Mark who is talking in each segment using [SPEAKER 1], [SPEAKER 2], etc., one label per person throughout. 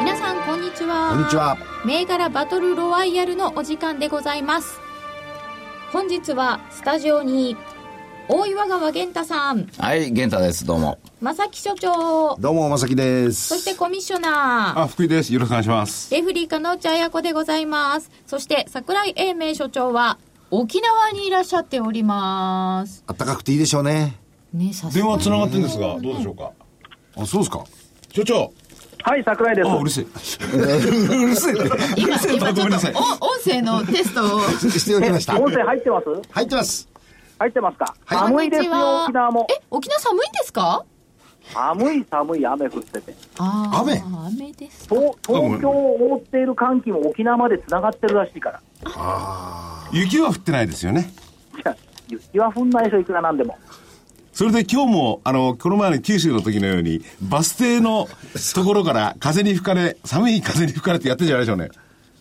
[SPEAKER 1] 皆さんこんにちは
[SPEAKER 2] こんにちは。
[SPEAKER 1] 銘柄バトルロワイヤルのお時間でございます本日はスタジオに大岩川源太さん
[SPEAKER 3] はい、源太です。どうも。
[SPEAKER 1] 正木所長
[SPEAKER 2] どうも、まさきです。
[SPEAKER 1] そしてコミッショナー
[SPEAKER 4] あ、福井です。よろしくお願いします。
[SPEAKER 1] レフリーの内彩子でございますそして桜井英明所長は沖縄にいらっしゃっております
[SPEAKER 2] あったかくていいでしょうね。
[SPEAKER 1] ねさす
[SPEAKER 4] 電話繋がってんですが、どうでしょうか。
[SPEAKER 2] あ、そうですか。
[SPEAKER 4] 所長。
[SPEAKER 5] はい、桜井です。
[SPEAKER 4] あ、うるせえ。
[SPEAKER 2] うるせえ
[SPEAKER 1] 今今ちょ
[SPEAKER 4] ごめ
[SPEAKER 1] っ
[SPEAKER 4] ん
[SPEAKER 1] と
[SPEAKER 4] なさい
[SPEAKER 1] お音声のテストを
[SPEAKER 2] しておきました。
[SPEAKER 5] 音声入ってます
[SPEAKER 2] 入ってます。
[SPEAKER 5] 入ってますか、
[SPEAKER 2] はい
[SPEAKER 5] 寒いです
[SPEAKER 1] こんにちは
[SPEAKER 5] よ、沖縄も。
[SPEAKER 1] え沖縄寒いんですか
[SPEAKER 5] 寒い寒い雨降ってて。
[SPEAKER 1] あー
[SPEAKER 2] 雨
[SPEAKER 1] 雨です
[SPEAKER 5] 東東京を覆っている寒気も沖縄まで繋がってるらしいから。
[SPEAKER 4] 雪は降ってないですよね。
[SPEAKER 5] いや雪は降んないでしょ、いくらなんでも。
[SPEAKER 4] それで今日も、あの、この前の九州の時のように、バス停のところから風に吹かれ、寒い風に吹かれってやってんじゃないでしょうね。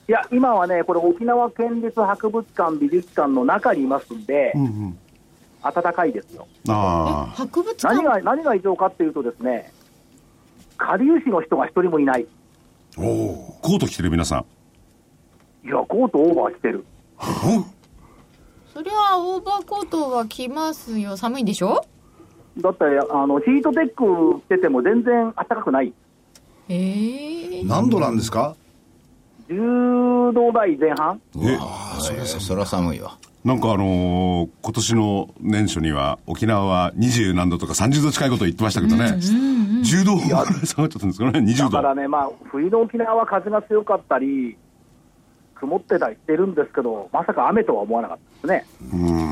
[SPEAKER 5] いや、今はね、これ沖縄県立博物館、美術館の中にいますんで、暖かいですよ。
[SPEAKER 4] あ
[SPEAKER 1] 博物
[SPEAKER 5] 何
[SPEAKER 1] 館
[SPEAKER 5] が、何が異常かっていうとですね、下流市の人が一人もいない。
[SPEAKER 4] あ。コート着てる皆さん。
[SPEAKER 5] いや、コートオーバーしてる。
[SPEAKER 1] そりゃオーバーコートは着ますよ寒いんでしょ
[SPEAKER 5] だって、あの、ヒートテック着てても全然暖かくない。
[SPEAKER 1] ええ
[SPEAKER 2] 何度なんですか
[SPEAKER 5] 10度台前半
[SPEAKER 4] え、
[SPEAKER 3] あそりゃ寒い。わ。
[SPEAKER 4] なんかあのー今年の年初には、沖縄は20何度とか30度近いこと言ってましたけどね。10度ぐらい下がっちゃったんですかね、20
[SPEAKER 5] だ
[SPEAKER 4] 度。
[SPEAKER 5] からね、まあ、冬の沖縄は風が強かったり、曇ってたりしてるんですけど、まさか雨とは思わなかったですね。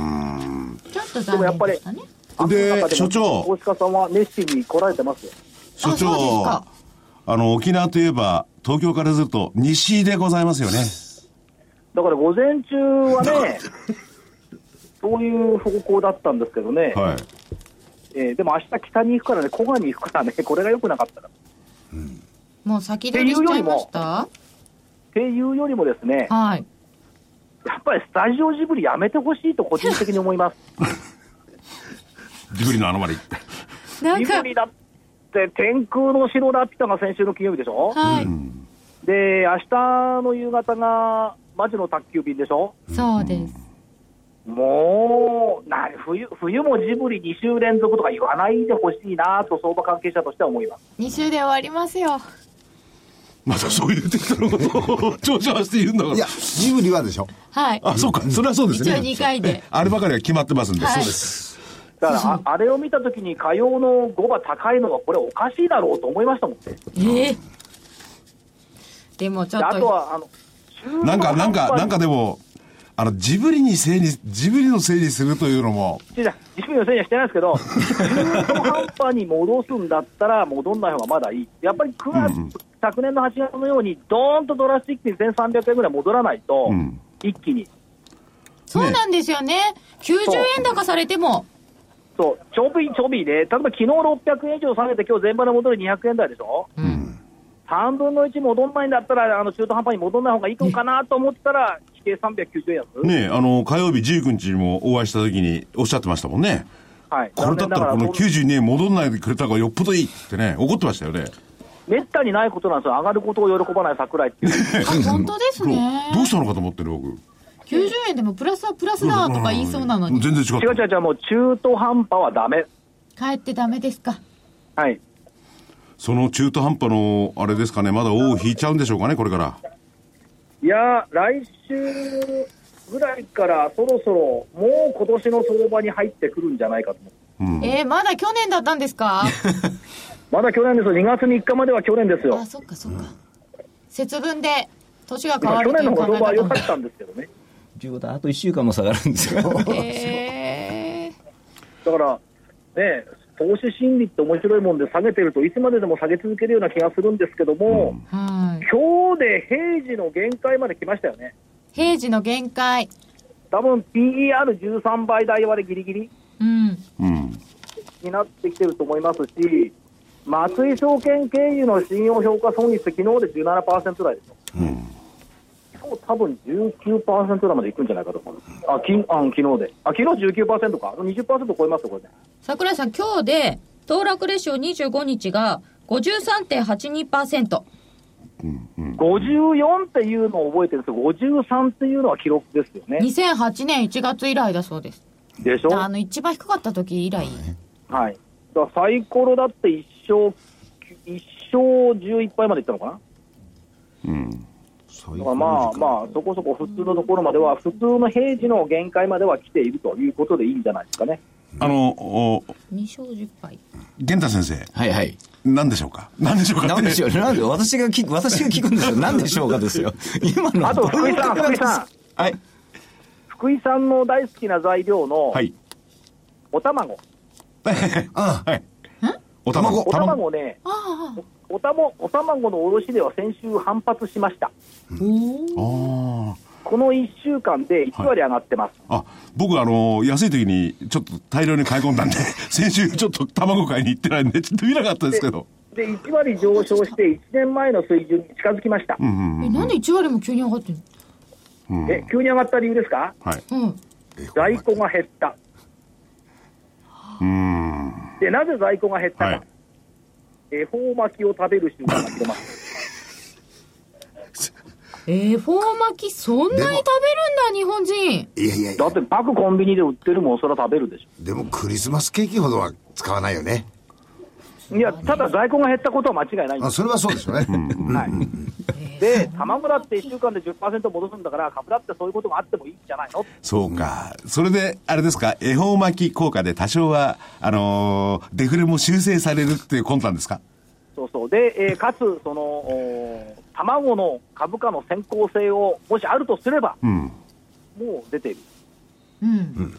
[SPEAKER 1] ちょっと残念でしたね
[SPEAKER 4] で
[SPEAKER 5] 雨の中も
[SPEAKER 4] 所長
[SPEAKER 5] 大鹿さんは熱心に来られてますよ。
[SPEAKER 4] 所長
[SPEAKER 1] あそうですか
[SPEAKER 4] あの沖縄といえば東京からすると西でございますよね
[SPEAKER 5] だから午前中は ね、そういう方向だったんですけどね、
[SPEAKER 4] はい
[SPEAKER 5] えーでも明日北に行くからね、古賀に行くからね、 これが良くなかったら。っ
[SPEAKER 1] もう先取りしちゃいました
[SPEAKER 5] ていうよりもですね、
[SPEAKER 1] はい
[SPEAKER 5] やっぱりスタジオジブリやめてほしいと個人的に思います。
[SPEAKER 4] ジブリのあのまで行って
[SPEAKER 1] なん
[SPEAKER 5] ジ
[SPEAKER 1] か
[SPEAKER 5] ブリだって天空の城ラピュタが先週の金曜日でしょ
[SPEAKER 1] はい、
[SPEAKER 5] で、明日の夕方が、マジの宅急便でしょ
[SPEAKER 1] そうです
[SPEAKER 5] もう、な冬、冬もジブリ2週連続とか言わないでほしいなと相場関係者としては思います。
[SPEAKER 1] 2週で終わりますよ
[SPEAKER 4] またそういう適当なことを調子合わせて言うんだから
[SPEAKER 2] いや、ジブリはでしょ。
[SPEAKER 1] はい
[SPEAKER 4] あそうかそれはそうですね
[SPEAKER 1] 一応二回で
[SPEAKER 4] えあればかりは決まってますんで、
[SPEAKER 1] はい
[SPEAKER 4] そうです
[SPEAKER 5] だからあ、あれを見たときに火曜の5場高いのはこれおかしいだろうと思いましたもん。で
[SPEAKER 1] ええでもちょっ
[SPEAKER 5] あと
[SPEAKER 1] と
[SPEAKER 5] は、あの、
[SPEAKER 4] なんかなんかなんかでもあのジブリにせいにジブリのせいにするというのも
[SPEAKER 5] 中途半端に、ジブリのせいにはしてないですけど、中途半端に戻すんだったら戻んない方がまだいい。やっぱり9月、昨年の8月のように、ドーンとドラスティックに1300円ぐらい戻らないと、
[SPEAKER 4] うん
[SPEAKER 5] 一気に。
[SPEAKER 1] そうなんですよね90円高されても
[SPEAKER 5] そう、ちょびちょびで、例えば昨日600円以上下げて、今日全場で戻る200円台でしょ、3分の1戻んないんだったら、あの中途半端に戻んない方がいいのかなと思ったら、規定390円安、
[SPEAKER 4] ねえあの火曜日19日にもお会いした時におっしゃってましたもんね
[SPEAKER 5] はい、
[SPEAKER 4] これだったらこの
[SPEAKER 5] 残念ながら
[SPEAKER 4] 92円戻んないでくれた方がよっぽどいいってね怒ってましたよね
[SPEAKER 5] めったにないことなんですよ、上がることを喜ばない桜井っ ていう、
[SPEAKER 1] あ本当です
[SPEAKER 4] どう
[SPEAKER 1] ね
[SPEAKER 4] どうしたのかと思ってる僕
[SPEAKER 1] 90円でもプラスはプラスだとか言いそうなのに
[SPEAKER 4] 全然違っ
[SPEAKER 5] 違う
[SPEAKER 4] た
[SPEAKER 5] 違う違う、もう中途半端はだめ、
[SPEAKER 1] 帰ってダメですか
[SPEAKER 5] はい、
[SPEAKER 4] その中途半端のあれですかねまだ尾を引いちゃうんでしょうかねこれから
[SPEAKER 5] いやー、来週ぐらいからそろそろ、もう今年の相場に入ってくるんじゃないかと思う。
[SPEAKER 1] えー、まだ去年だったんですか
[SPEAKER 5] まだ去年ですよ、2月3日までは去年ですよ
[SPEAKER 1] あ。そっかそっか節分で年が変
[SPEAKER 5] ま
[SPEAKER 1] わ
[SPEAKER 5] あ去
[SPEAKER 1] るとい
[SPEAKER 5] 年の
[SPEAKER 1] う
[SPEAKER 5] 方
[SPEAKER 1] 考
[SPEAKER 5] が相場は
[SPEAKER 1] え
[SPEAKER 5] 良
[SPEAKER 1] 方
[SPEAKER 5] かったんですけどね。
[SPEAKER 3] ということは、あと1週間も下がるんですよ。
[SPEAKER 1] もえ
[SPEAKER 5] だから、ね、投資心理って面白いもんで、下げてるといつまででも下げ続けるような気がするんですけども、
[SPEAKER 1] ー、はい
[SPEAKER 5] 今日で平時の限界まで来ましたよね。
[SPEAKER 1] 平時の限界。
[SPEAKER 5] 多分 PER13 倍台割れギリギリ
[SPEAKER 1] うん。
[SPEAKER 4] うん。
[SPEAKER 5] になってきてると思いますし、松井証券経由の信用評価損率って昨日で17%台ですよ。今日多分19%台までいくんじゃないかと思う。あ、きんあ昨日で。あ、昨日19%か。20%超えますよ、これね。
[SPEAKER 1] 桜井さん、今日で、騰落レシオ25日が53.82%。
[SPEAKER 5] 54っていうのを覚えてるんですけど、53っていうのは記録ですよね。
[SPEAKER 1] 2008年1月以来だそうです。
[SPEAKER 5] でしょ
[SPEAKER 1] あの、一番低かった時以来。
[SPEAKER 5] はい。だからサイコロだって一生、一生11杯までいったのかなだからまあまあ、そこそこ普通のところまでは、普通の平時の限界までは来ているということでいいんじゃないですかね。
[SPEAKER 4] あの、お
[SPEAKER 1] 2勝10敗。
[SPEAKER 4] 玄太先生、
[SPEAKER 3] はいはい。
[SPEAKER 4] 何でしょうか何でしょうかって
[SPEAKER 3] なんでしょうなんで、私が聞く、私が聞くん ですよ。なんでしょうかですよ。今の
[SPEAKER 5] あと、福井さん、福井さん、
[SPEAKER 3] はい。
[SPEAKER 5] 福井さんの大好きな材料の
[SPEAKER 4] はい。
[SPEAKER 5] お卵。
[SPEAKER 4] はい。お卵。
[SPEAKER 5] お卵ね、
[SPEAKER 1] ああ、
[SPEAKER 5] おたもお卵の卸では先週反発しました。
[SPEAKER 4] 卵。
[SPEAKER 5] この1週間で1割上がってます。
[SPEAKER 4] ああ。僕、あの、安い時に、ちょっと大量に買い込んだんで、 先週ちょっと卵買いに行ってないんで、ちょっと見なかったですけど。
[SPEAKER 5] で、1割上昇して1年前の水準に近づきました。
[SPEAKER 1] え、なんで1割も急に上がってる
[SPEAKER 5] え、急に上がった理由ですか
[SPEAKER 4] はい。
[SPEAKER 1] のうん。
[SPEAKER 5] 在庫が減った。
[SPEAKER 4] うん。
[SPEAKER 5] で、なぜ在庫が減ったか。
[SPEAKER 4] はい
[SPEAKER 5] 恵方巻きを食べる習慣が広まった。
[SPEAKER 1] えー、フォー巻きそんなに食べるんだ、日本人。
[SPEAKER 2] いやいやい
[SPEAKER 5] だ
[SPEAKER 2] や
[SPEAKER 5] って各コンビニで売ってるもん、それは食べるでし
[SPEAKER 2] でもクリスマスケーキほどは使わないよね
[SPEAKER 5] ょ。いや、ただ在庫が減ったことは間違いないんで
[SPEAKER 2] あ
[SPEAKER 5] す。
[SPEAKER 2] それはそうですよね
[SPEAKER 5] はい、で、卵だって1週間で10%戻すんだから、株だってそういうことがあってもいいんじゃないの
[SPEAKER 4] そうか。それで、あれですか、恵方巻き効果で多少は、あのーデフレも修正されるっていう魂胆ですか
[SPEAKER 5] そうそう。で、えーかつ、その、おー卵の株価の先行性を、もしあるとすれば、
[SPEAKER 4] うん。
[SPEAKER 5] もう出ている。
[SPEAKER 1] うん。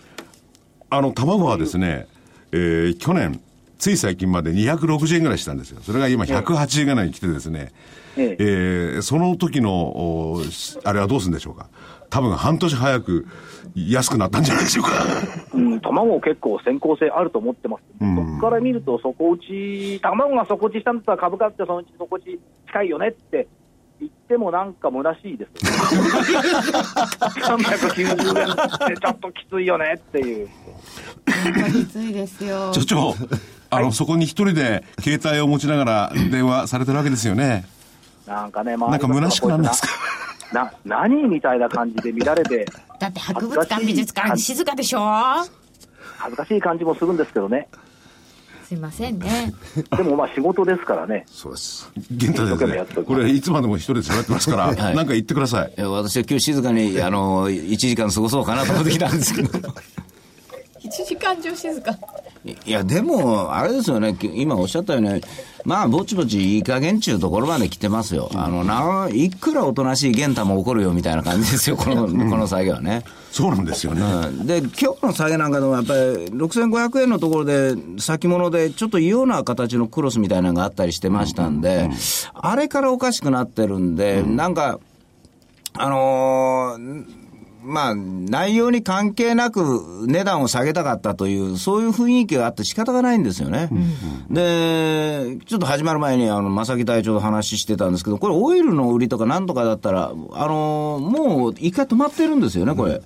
[SPEAKER 4] あの、卵はですね、えー去年、つい最近まで260円ぐらいしたんですよ。それが今180円ぐらいに来てですね、
[SPEAKER 5] え
[SPEAKER 4] えーその時の、おーしあれはどうするんでしょうか。多分半年早く安くなったんじゃないでしょうか。
[SPEAKER 5] うん、卵結構先行性あると思ってます、そこから見ると底打ち、卵が底打ちしたんだったら株価ってそのうち底打ち近いよねって言ってもなんか虚しいです、390円ってちょっときついよねっていう、
[SPEAKER 1] やっぱきついですよ。
[SPEAKER 4] 所長、あの、そこに一人で携帯を持ちながら電話されてるわけですよね。
[SPEAKER 5] なんかね、
[SPEAKER 4] な
[SPEAKER 5] なん
[SPEAKER 4] か虚しくなんないですか
[SPEAKER 5] な何みたいな感じで見られて、
[SPEAKER 1] だって博物館、美術館、静かでしょ
[SPEAKER 5] 恥ずかしい感じもするんですけどね、
[SPEAKER 1] すいませんね。
[SPEAKER 5] でもまあ仕事ですからね、
[SPEAKER 2] そうです
[SPEAKER 4] 玄太
[SPEAKER 5] 一生懸命
[SPEAKER 4] で
[SPEAKER 5] やっ
[SPEAKER 4] す
[SPEAKER 5] と
[SPEAKER 4] ね、
[SPEAKER 5] く
[SPEAKER 4] これ、いつまでも一人で喋ってますから、
[SPEAKER 3] はい
[SPEAKER 4] なんか言ってください。
[SPEAKER 3] え私は今日静かに、あの、1時間過ごそうかなと思ってきたんですけど。
[SPEAKER 1] 1時間中静か。
[SPEAKER 3] いや、でも、あれですよね、き今おっしゃったように、まあ、ぼちぼちいい加減っちゅうところまで来てますよ。あの、な、いくらおとなしい玄太も怒るよみたいな感じですよ、こ の、この下げはね。
[SPEAKER 4] そうなんですよね。
[SPEAKER 3] うんで、今日の下げなんかでも、やっぱり6500円のところで、先物で、ちょっと異様な形のクロスみたいなのがあったりしてましたんで、あれからおかしくなってるんで、なんか、あのーまあ、内容に関係なく値段を下げたかったという、そういう雰囲気があって仕方がないんですよね。で、ちょっと始まる前に、あの、正木隊長と話してたんですけど、これオイルの売りとかなんとかだったら、あのーもう一回止まってるんですよね、これ。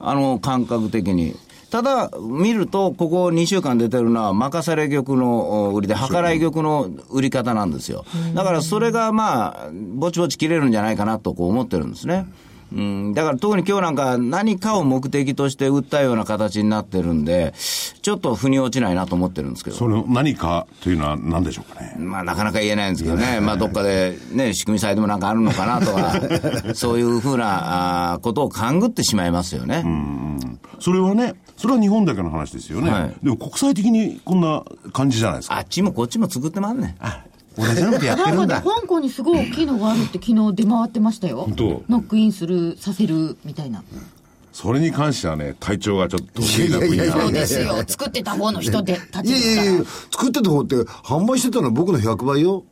[SPEAKER 3] あの、感覚的に。ただ、見ると、ここ2週間出てるのは、任され玉のお売りで、計らい玉の売り方なんですよ。だから、それがまあ、ぼちぼち切れるんじゃないかなとこう思ってるんですね。うん、だから特に今日なんか何かを目的として売ったような形になってるんで、ちょっと腑に落ちないなと思ってるんですけど。
[SPEAKER 4] その何かというのは何でしょうかね。
[SPEAKER 3] まあなかなか言えないんですけどね。まあどっかでね、仕組みさえでもなんかあるのかなとか、そういうふうなあーことを勘ぐってしまいますよね。
[SPEAKER 4] それはね、それは日本だけの話ですよね。
[SPEAKER 3] はい
[SPEAKER 4] でも国際的にこんな感じじゃないです
[SPEAKER 3] あ
[SPEAKER 4] か。
[SPEAKER 3] っちもこっちも作ってまんねん。
[SPEAKER 4] 同じようなことやってる
[SPEAKER 1] なんんか
[SPEAKER 4] だ
[SPEAKER 1] ね、。香港にすごい大きいのがあるって昨日出回ってましたよ。
[SPEAKER 4] 当
[SPEAKER 1] ノックインする、させる、みたいな。
[SPEAKER 4] それに関してはね、体調がちょっと得意な分
[SPEAKER 2] いやいやいやいや
[SPEAKER 4] 野
[SPEAKER 1] そうですよ。作ってた方の人で、たち
[SPEAKER 2] いや
[SPEAKER 1] で
[SPEAKER 2] い
[SPEAKER 1] すか
[SPEAKER 2] やい
[SPEAKER 1] ら
[SPEAKER 2] や。作ってた方って販売してたのは僕の100倍よ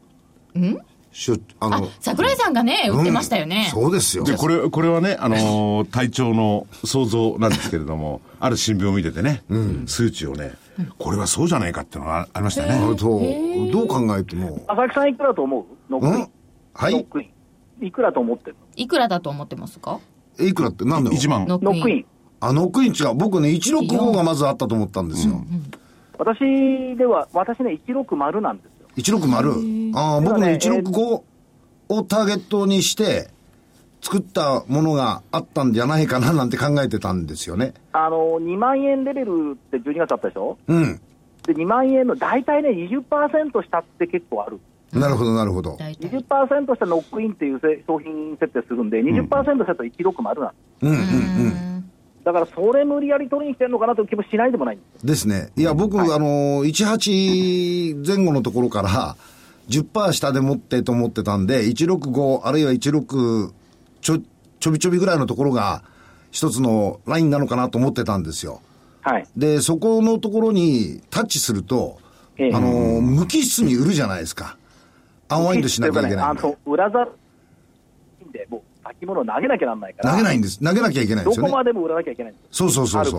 [SPEAKER 2] んしょあ
[SPEAKER 1] あ
[SPEAKER 2] の、
[SPEAKER 1] 桜井さんがね、売ってましたよね。
[SPEAKER 2] そうですよ。
[SPEAKER 6] で、これ、これはね、あのー体調の想像なんですけれども、ある新聞を見ててね、数値をね、これはそうじゃないかっていうのがあありました
[SPEAKER 2] あ
[SPEAKER 6] ね。
[SPEAKER 2] と、どう考えても、
[SPEAKER 5] 浅木さんいくらと思うノックイ
[SPEAKER 2] ん
[SPEAKER 5] ン。
[SPEAKER 2] は
[SPEAKER 5] ノッ
[SPEAKER 2] い。
[SPEAKER 5] クイン。いくらと思ってる
[SPEAKER 1] いくらだと思ってますか
[SPEAKER 2] いくらって、なんだろう
[SPEAKER 6] 1。万。
[SPEAKER 1] ノ
[SPEAKER 5] ノ
[SPEAKER 1] ッ
[SPEAKER 5] ッ
[SPEAKER 1] ク
[SPEAKER 5] ク
[SPEAKER 1] イ
[SPEAKER 5] イ
[SPEAKER 1] ン
[SPEAKER 5] ン。。
[SPEAKER 2] あ、ノックイン違う。僕ね、165がまずあったと思ったんですよ。
[SPEAKER 5] 私では、私ね、160なんですよ。
[SPEAKER 2] 160。ああ、僕
[SPEAKER 5] では
[SPEAKER 2] ね、
[SPEAKER 5] ね
[SPEAKER 2] 165をターゲットにして、作ったものがあったんじゃないかななんて考えてたんですよね。
[SPEAKER 5] あの、2万円レベルって12月あったでしょ
[SPEAKER 2] うん。
[SPEAKER 5] で、2万円の大体ね、20%下って結構ある。
[SPEAKER 2] なるほど、なるほど。
[SPEAKER 1] 大体。
[SPEAKER 5] 20%下ノックインっていうせ商品設定するんで、20%下だと160なんです。
[SPEAKER 2] うん、うん、うん。
[SPEAKER 5] だから、それ無理やり取りに来てるのかなという気もしないでもないんです。
[SPEAKER 2] ですね。いや、僕、あの、18前後のところから、10%下で持ってと思ってたんで、165、あるいは16、ちょ、ちょびちょびぐらいのところが、一つのラインなのかなと思ってたんですよ。
[SPEAKER 5] はい。
[SPEAKER 2] で、そこのところにタッチすると、
[SPEAKER 5] ええ
[SPEAKER 2] あの、無機質に売るじゃないですか。アンワインドしなきゃいけないん
[SPEAKER 5] あ
[SPEAKER 2] で。
[SPEAKER 5] の、裏ざるで、もう先物を投げなきゃなんないから。
[SPEAKER 2] 投げないんです。投げなきゃいけないん
[SPEAKER 5] ど
[SPEAKER 2] ですよ
[SPEAKER 5] こ
[SPEAKER 2] ね。
[SPEAKER 5] までも売らなきゃいけないんですよ。
[SPEAKER 2] そうそうそう
[SPEAKER 5] あ
[SPEAKER 2] そ
[SPEAKER 5] る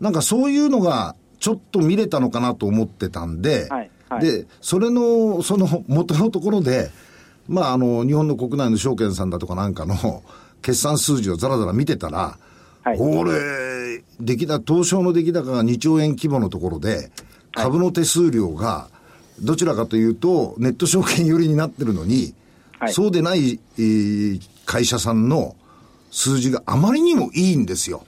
[SPEAKER 2] う。なんかそういうのが、ちょっと見れたのかなと思ってたんで、
[SPEAKER 5] はいはい
[SPEAKER 2] で、それの、その元のところで、まあ、あの、日本の国内の証券さんだとかなんかの、 決算数字をざらざら見てたら、
[SPEAKER 5] はい
[SPEAKER 2] これ、出来高、東証の出来高が2兆円規模のところで、株の手数料が、どちらかというと、ネット証券寄りになってるのに、
[SPEAKER 5] はい
[SPEAKER 2] そうでない、えー会社さんの数字があまりにもいいんですよ。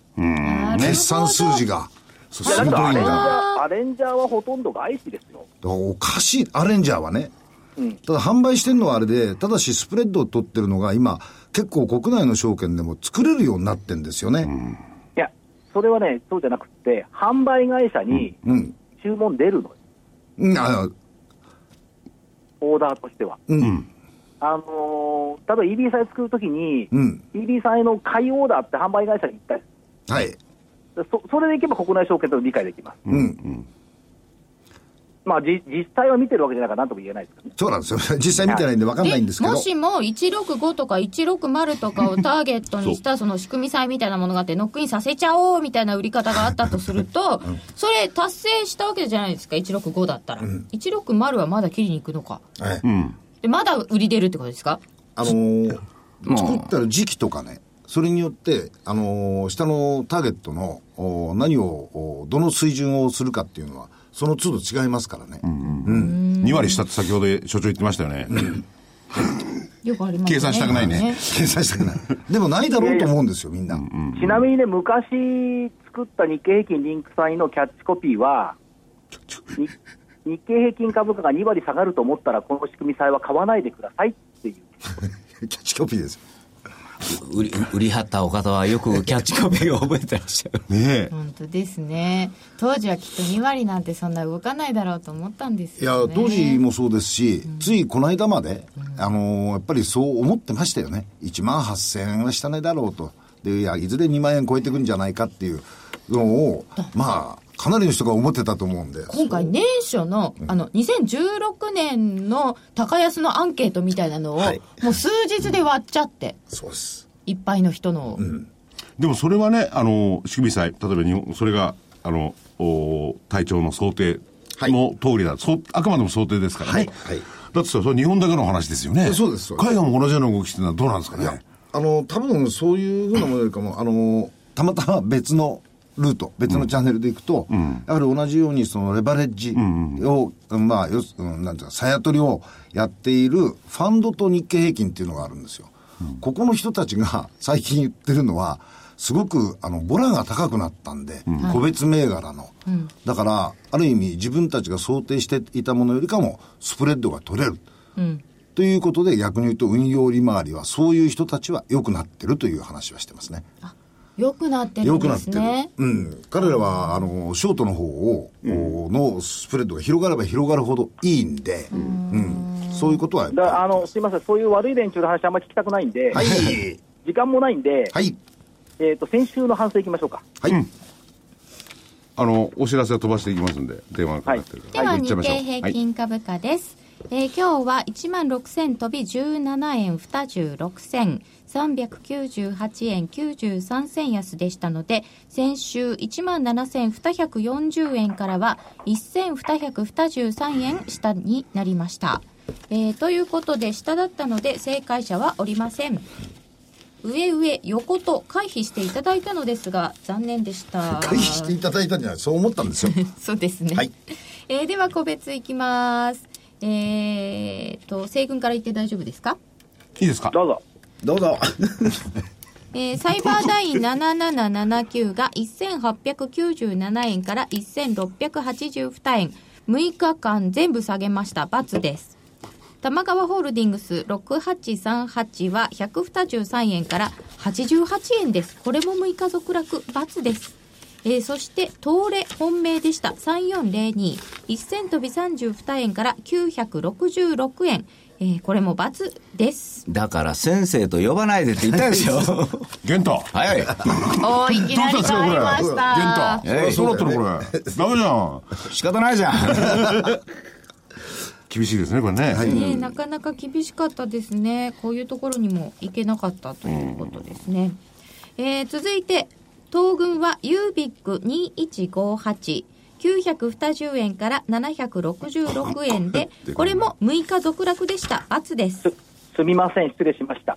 [SPEAKER 2] 決算数字が。
[SPEAKER 6] そ
[SPEAKER 5] いや、だ
[SPEAKER 6] 鋭
[SPEAKER 5] からア
[SPEAKER 6] いん
[SPEAKER 5] レンジャ
[SPEAKER 6] だ。
[SPEAKER 5] ー、アレンジャーはほとんど外資ですよ。
[SPEAKER 2] だからおかしい、アレンジャーはね。
[SPEAKER 5] うん
[SPEAKER 2] ただ販売してるのはあれで、ただしスプレッドを取ってるのが今、結構国内の証券でも作れるようになってんですよね。
[SPEAKER 5] いや、それはね、そうじゃなくって、販売会社に
[SPEAKER 2] うん。
[SPEAKER 5] 注文出るのよ、
[SPEAKER 2] うん。あ
[SPEAKER 5] オーダーとしては。
[SPEAKER 2] うん。
[SPEAKER 5] あのー例えば EB 債作るときに、
[SPEAKER 2] うん。
[SPEAKER 5] EB 債の買いオーダーって販売会社に行ったり
[SPEAKER 2] はい。
[SPEAKER 5] でそそれでいけば国内証券と理解できます。
[SPEAKER 2] うん。
[SPEAKER 5] まあ、じ実際は見てるわけじゃないからなんとも言えないですけどね。
[SPEAKER 2] そうなんですよ。実際見てないんで分かんないんですけど。
[SPEAKER 1] もしも165とか160とかをターゲットにしたその仕組み債みたいなものがあってノックインさせちゃおうみたいな売り方があったとすると、それ達成したわけじゃないですか165だったら、160はまだ切りに行くのか
[SPEAKER 2] はい
[SPEAKER 6] うん。
[SPEAKER 1] でまだ売り出るってことですか
[SPEAKER 2] あのー
[SPEAKER 3] まあ
[SPEAKER 2] 作った時期とかね、それによって、あのー下のターゲットのおー何を、おーどの水準をするかっていうのは、その都度違いますからね。
[SPEAKER 6] 2割したって先ほど所長言ってましたよね。
[SPEAKER 1] よくありますね
[SPEAKER 6] 計算したくないね。
[SPEAKER 2] 計算したくない。でもないだろうと思うんですよ、みんな。
[SPEAKER 5] ちなみにね、昔作った日経平均リンク債のキャッチコピーは、に日経平均株価が2割下がると思ったら、この仕組み債は買わないでくださいっていう。
[SPEAKER 2] キャッチコピーですよ。
[SPEAKER 3] 売り 売り張ったお方はよくキャッチコピーを覚えてらっしゃる
[SPEAKER 6] ねえ。
[SPEAKER 7] 本当ですね当時はきっと2割なんてそんな動かないだろうと思ったんです
[SPEAKER 2] いや
[SPEAKER 7] よ、ね、
[SPEAKER 2] 当時もそうですし、ついこの間まで、あのーやっぱりそう思ってましたよね。1万8000円は下値だろうと。で、いや、いずれ2万円超えてくんじゃないかっていうのを、まあ、かなりの人が思ってたと思うんで。
[SPEAKER 1] 今回年初のあの2016年の高安のアンケートみたいなのを、
[SPEAKER 2] はい
[SPEAKER 1] もう数日で割っちゃって
[SPEAKER 2] そうです。
[SPEAKER 1] いっぱいの人の、
[SPEAKER 6] でもそれはね、あの、仕組み債、例えば日本、それが、あの、お体調の想定の通りだ、そうあくまでも想定ですからね。
[SPEAKER 2] はいはい
[SPEAKER 6] だってさ、それは日本だけの話ですよね。
[SPEAKER 2] えそうですそうです
[SPEAKER 6] 海外も同じような動きしてるのはどうなんですか
[SPEAKER 2] いや
[SPEAKER 6] ね。、
[SPEAKER 2] あの、多分そういうふうなものよりかも、あの、たまたま別のルート、別のチャンネルでいくと、やはり同じように、そのレバレッジを、まあ、よすうんなんていうか、さや取りをやっているファンドと日経平均っていうのがあるんですよ。ここの人たちが最近言ってるのは、すごく、あの、ボラが高くなったんで、個別銘柄の。だから、ある意味自分たちが想定していたものよりかも、スプレッドが取れる。ということで逆に言うと運用利回りはそういう人たちは良くなってるという話はしてますね。
[SPEAKER 1] 良くなってる
[SPEAKER 2] 良
[SPEAKER 1] ん
[SPEAKER 2] くな
[SPEAKER 1] で
[SPEAKER 2] っ
[SPEAKER 1] す
[SPEAKER 2] てる
[SPEAKER 1] ね。
[SPEAKER 2] うん。彼らは、あの、ショートの方を、のスプレッドが広がれば広がるほどいいんで、うん。そういうことは、
[SPEAKER 5] だからあのすみません、そういう悪い連中の話、あんまり聞きたくないんで、
[SPEAKER 2] はい。
[SPEAKER 5] 時間もないんで、
[SPEAKER 2] はい。
[SPEAKER 5] えー、と先週の反省いきましょうか。
[SPEAKER 2] はい。
[SPEAKER 6] あの、お知らせは飛ばしていきますんで、電話がかかってるから。
[SPEAKER 7] では
[SPEAKER 6] 行っち
[SPEAKER 7] 日
[SPEAKER 6] ゃいましょう
[SPEAKER 7] 経平均株価です、
[SPEAKER 1] えー今日は1万6000飛び17円26銭398円93銭安でしたので先週1万7240円からは1223円下になりました、えーということで下だったので正解者はおりません上上横と回避していただいたのですが残念でした
[SPEAKER 2] 回避していただいたんじゃないそう思ったんですよ
[SPEAKER 1] そうですね。
[SPEAKER 2] はい
[SPEAKER 1] えーでは個別いきます。えー、と、西軍から言って大丈夫ですか
[SPEAKER 6] いいですか
[SPEAKER 5] どうぞ。
[SPEAKER 3] どうぞ。
[SPEAKER 1] えーサイバーダイン7779が1897円から1682円。6日間全部下げました。×です。玉川ホールディングス6838は123円から88円です。これも6日続落×です。えーそして、東レ本命でした。3402。1000飛び32円から966円。えーこれも×です。
[SPEAKER 3] だから先生と呼ばないでって言ったでしょ。
[SPEAKER 6] 玄太
[SPEAKER 3] はい。
[SPEAKER 7] おーいき
[SPEAKER 6] どう
[SPEAKER 7] なり
[SPEAKER 6] し
[SPEAKER 7] 変わりま
[SPEAKER 6] たんです
[SPEAKER 7] した
[SPEAKER 6] かこれ玄太そうだったのこれダメじゃん
[SPEAKER 3] 仕方ないじ ゃん。
[SPEAKER 6] 厳しいですねこれね、
[SPEAKER 2] い
[SPEAKER 1] ね、なかなか厳しかったですね。こういうところにも行けなかったということですね。えー続いて、東軍はユービック2158。920円から766円で、これも6日続落でした。×です。
[SPEAKER 5] すみません、失礼しました。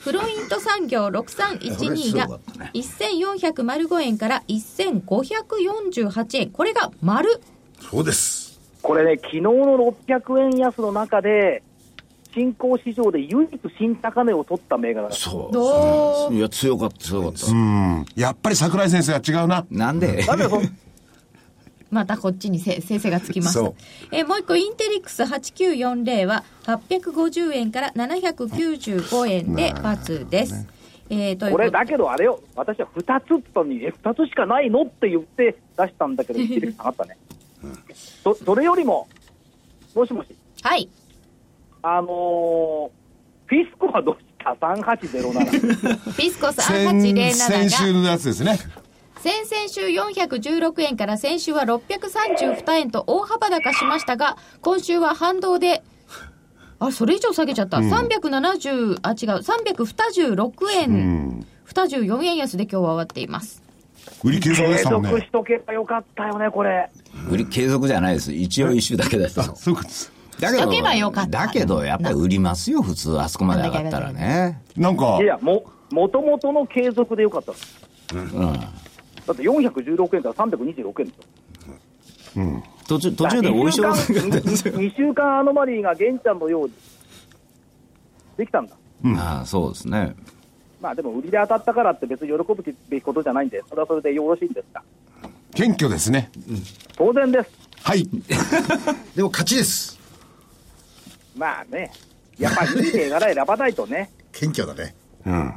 [SPEAKER 1] フロイント産業6312が1405円から1548円。これが丸。
[SPEAKER 2] そうです
[SPEAKER 5] これね、昨日の600円安の中で、新興市場で唯一新高値を取った銘柄です
[SPEAKER 3] そ
[SPEAKER 1] ど
[SPEAKER 3] う。いや、強かった、強かった。
[SPEAKER 6] うんやっぱり桜井先生は違うな
[SPEAKER 3] なんで
[SPEAKER 5] なんでそん
[SPEAKER 1] またこっちにせ先生がつきまし
[SPEAKER 2] そ
[SPEAKER 1] た
[SPEAKER 2] う。
[SPEAKER 1] えーもう一個、インテリックス8940は850円から795円で×です。えー、という
[SPEAKER 5] こ
[SPEAKER 1] こ
[SPEAKER 5] れ
[SPEAKER 1] と
[SPEAKER 5] だけどあれよ、私は2つって言ったのに、え、2つしかないのって言って出したんだけど、一力下がったね。そそれよりも、もしもし、
[SPEAKER 1] はい。
[SPEAKER 5] あのーフィスコはどうした ?3807。
[SPEAKER 1] ピスコ
[SPEAKER 6] 先
[SPEAKER 1] 3807が
[SPEAKER 6] 先週のやつですね
[SPEAKER 1] 先々週416円から先週は632円と大幅高しましたが、今週は反動で、あ、それ以上下げちゃった。370、あ、違う、326円、24円安で今日は終わっています。
[SPEAKER 6] 売り切れそうで
[SPEAKER 5] 継
[SPEAKER 6] したもんね
[SPEAKER 5] 続しとけばよかったよね、これ。
[SPEAKER 3] 売り継続じゃないです。一応一周だけだったの。
[SPEAKER 6] そういうことです
[SPEAKER 3] だけ
[SPEAKER 1] しとけばよかった
[SPEAKER 3] だけど、やっぱり売りますよ、普通。あそこまで上がったらね。
[SPEAKER 6] なんか
[SPEAKER 5] いや、も、もともとの継続でよかったのだって416円から326円ですよ。
[SPEAKER 3] 途中、途中でおいしょ。
[SPEAKER 5] 2週間ア ノマリーが玄ちゃんのようにできたんだ。
[SPEAKER 3] ああ、 そうですね。
[SPEAKER 5] まあでも売りで当たったからって別に喜ぶべきことじゃないんで、それはそれでよろしいんですが。
[SPEAKER 6] 謙虚ですね
[SPEAKER 5] 当然です。
[SPEAKER 6] はい
[SPEAKER 2] でも勝ちです
[SPEAKER 5] まあね、やっぱりいい銘柄選ばないとね。
[SPEAKER 2] 謙虚だね
[SPEAKER 6] うん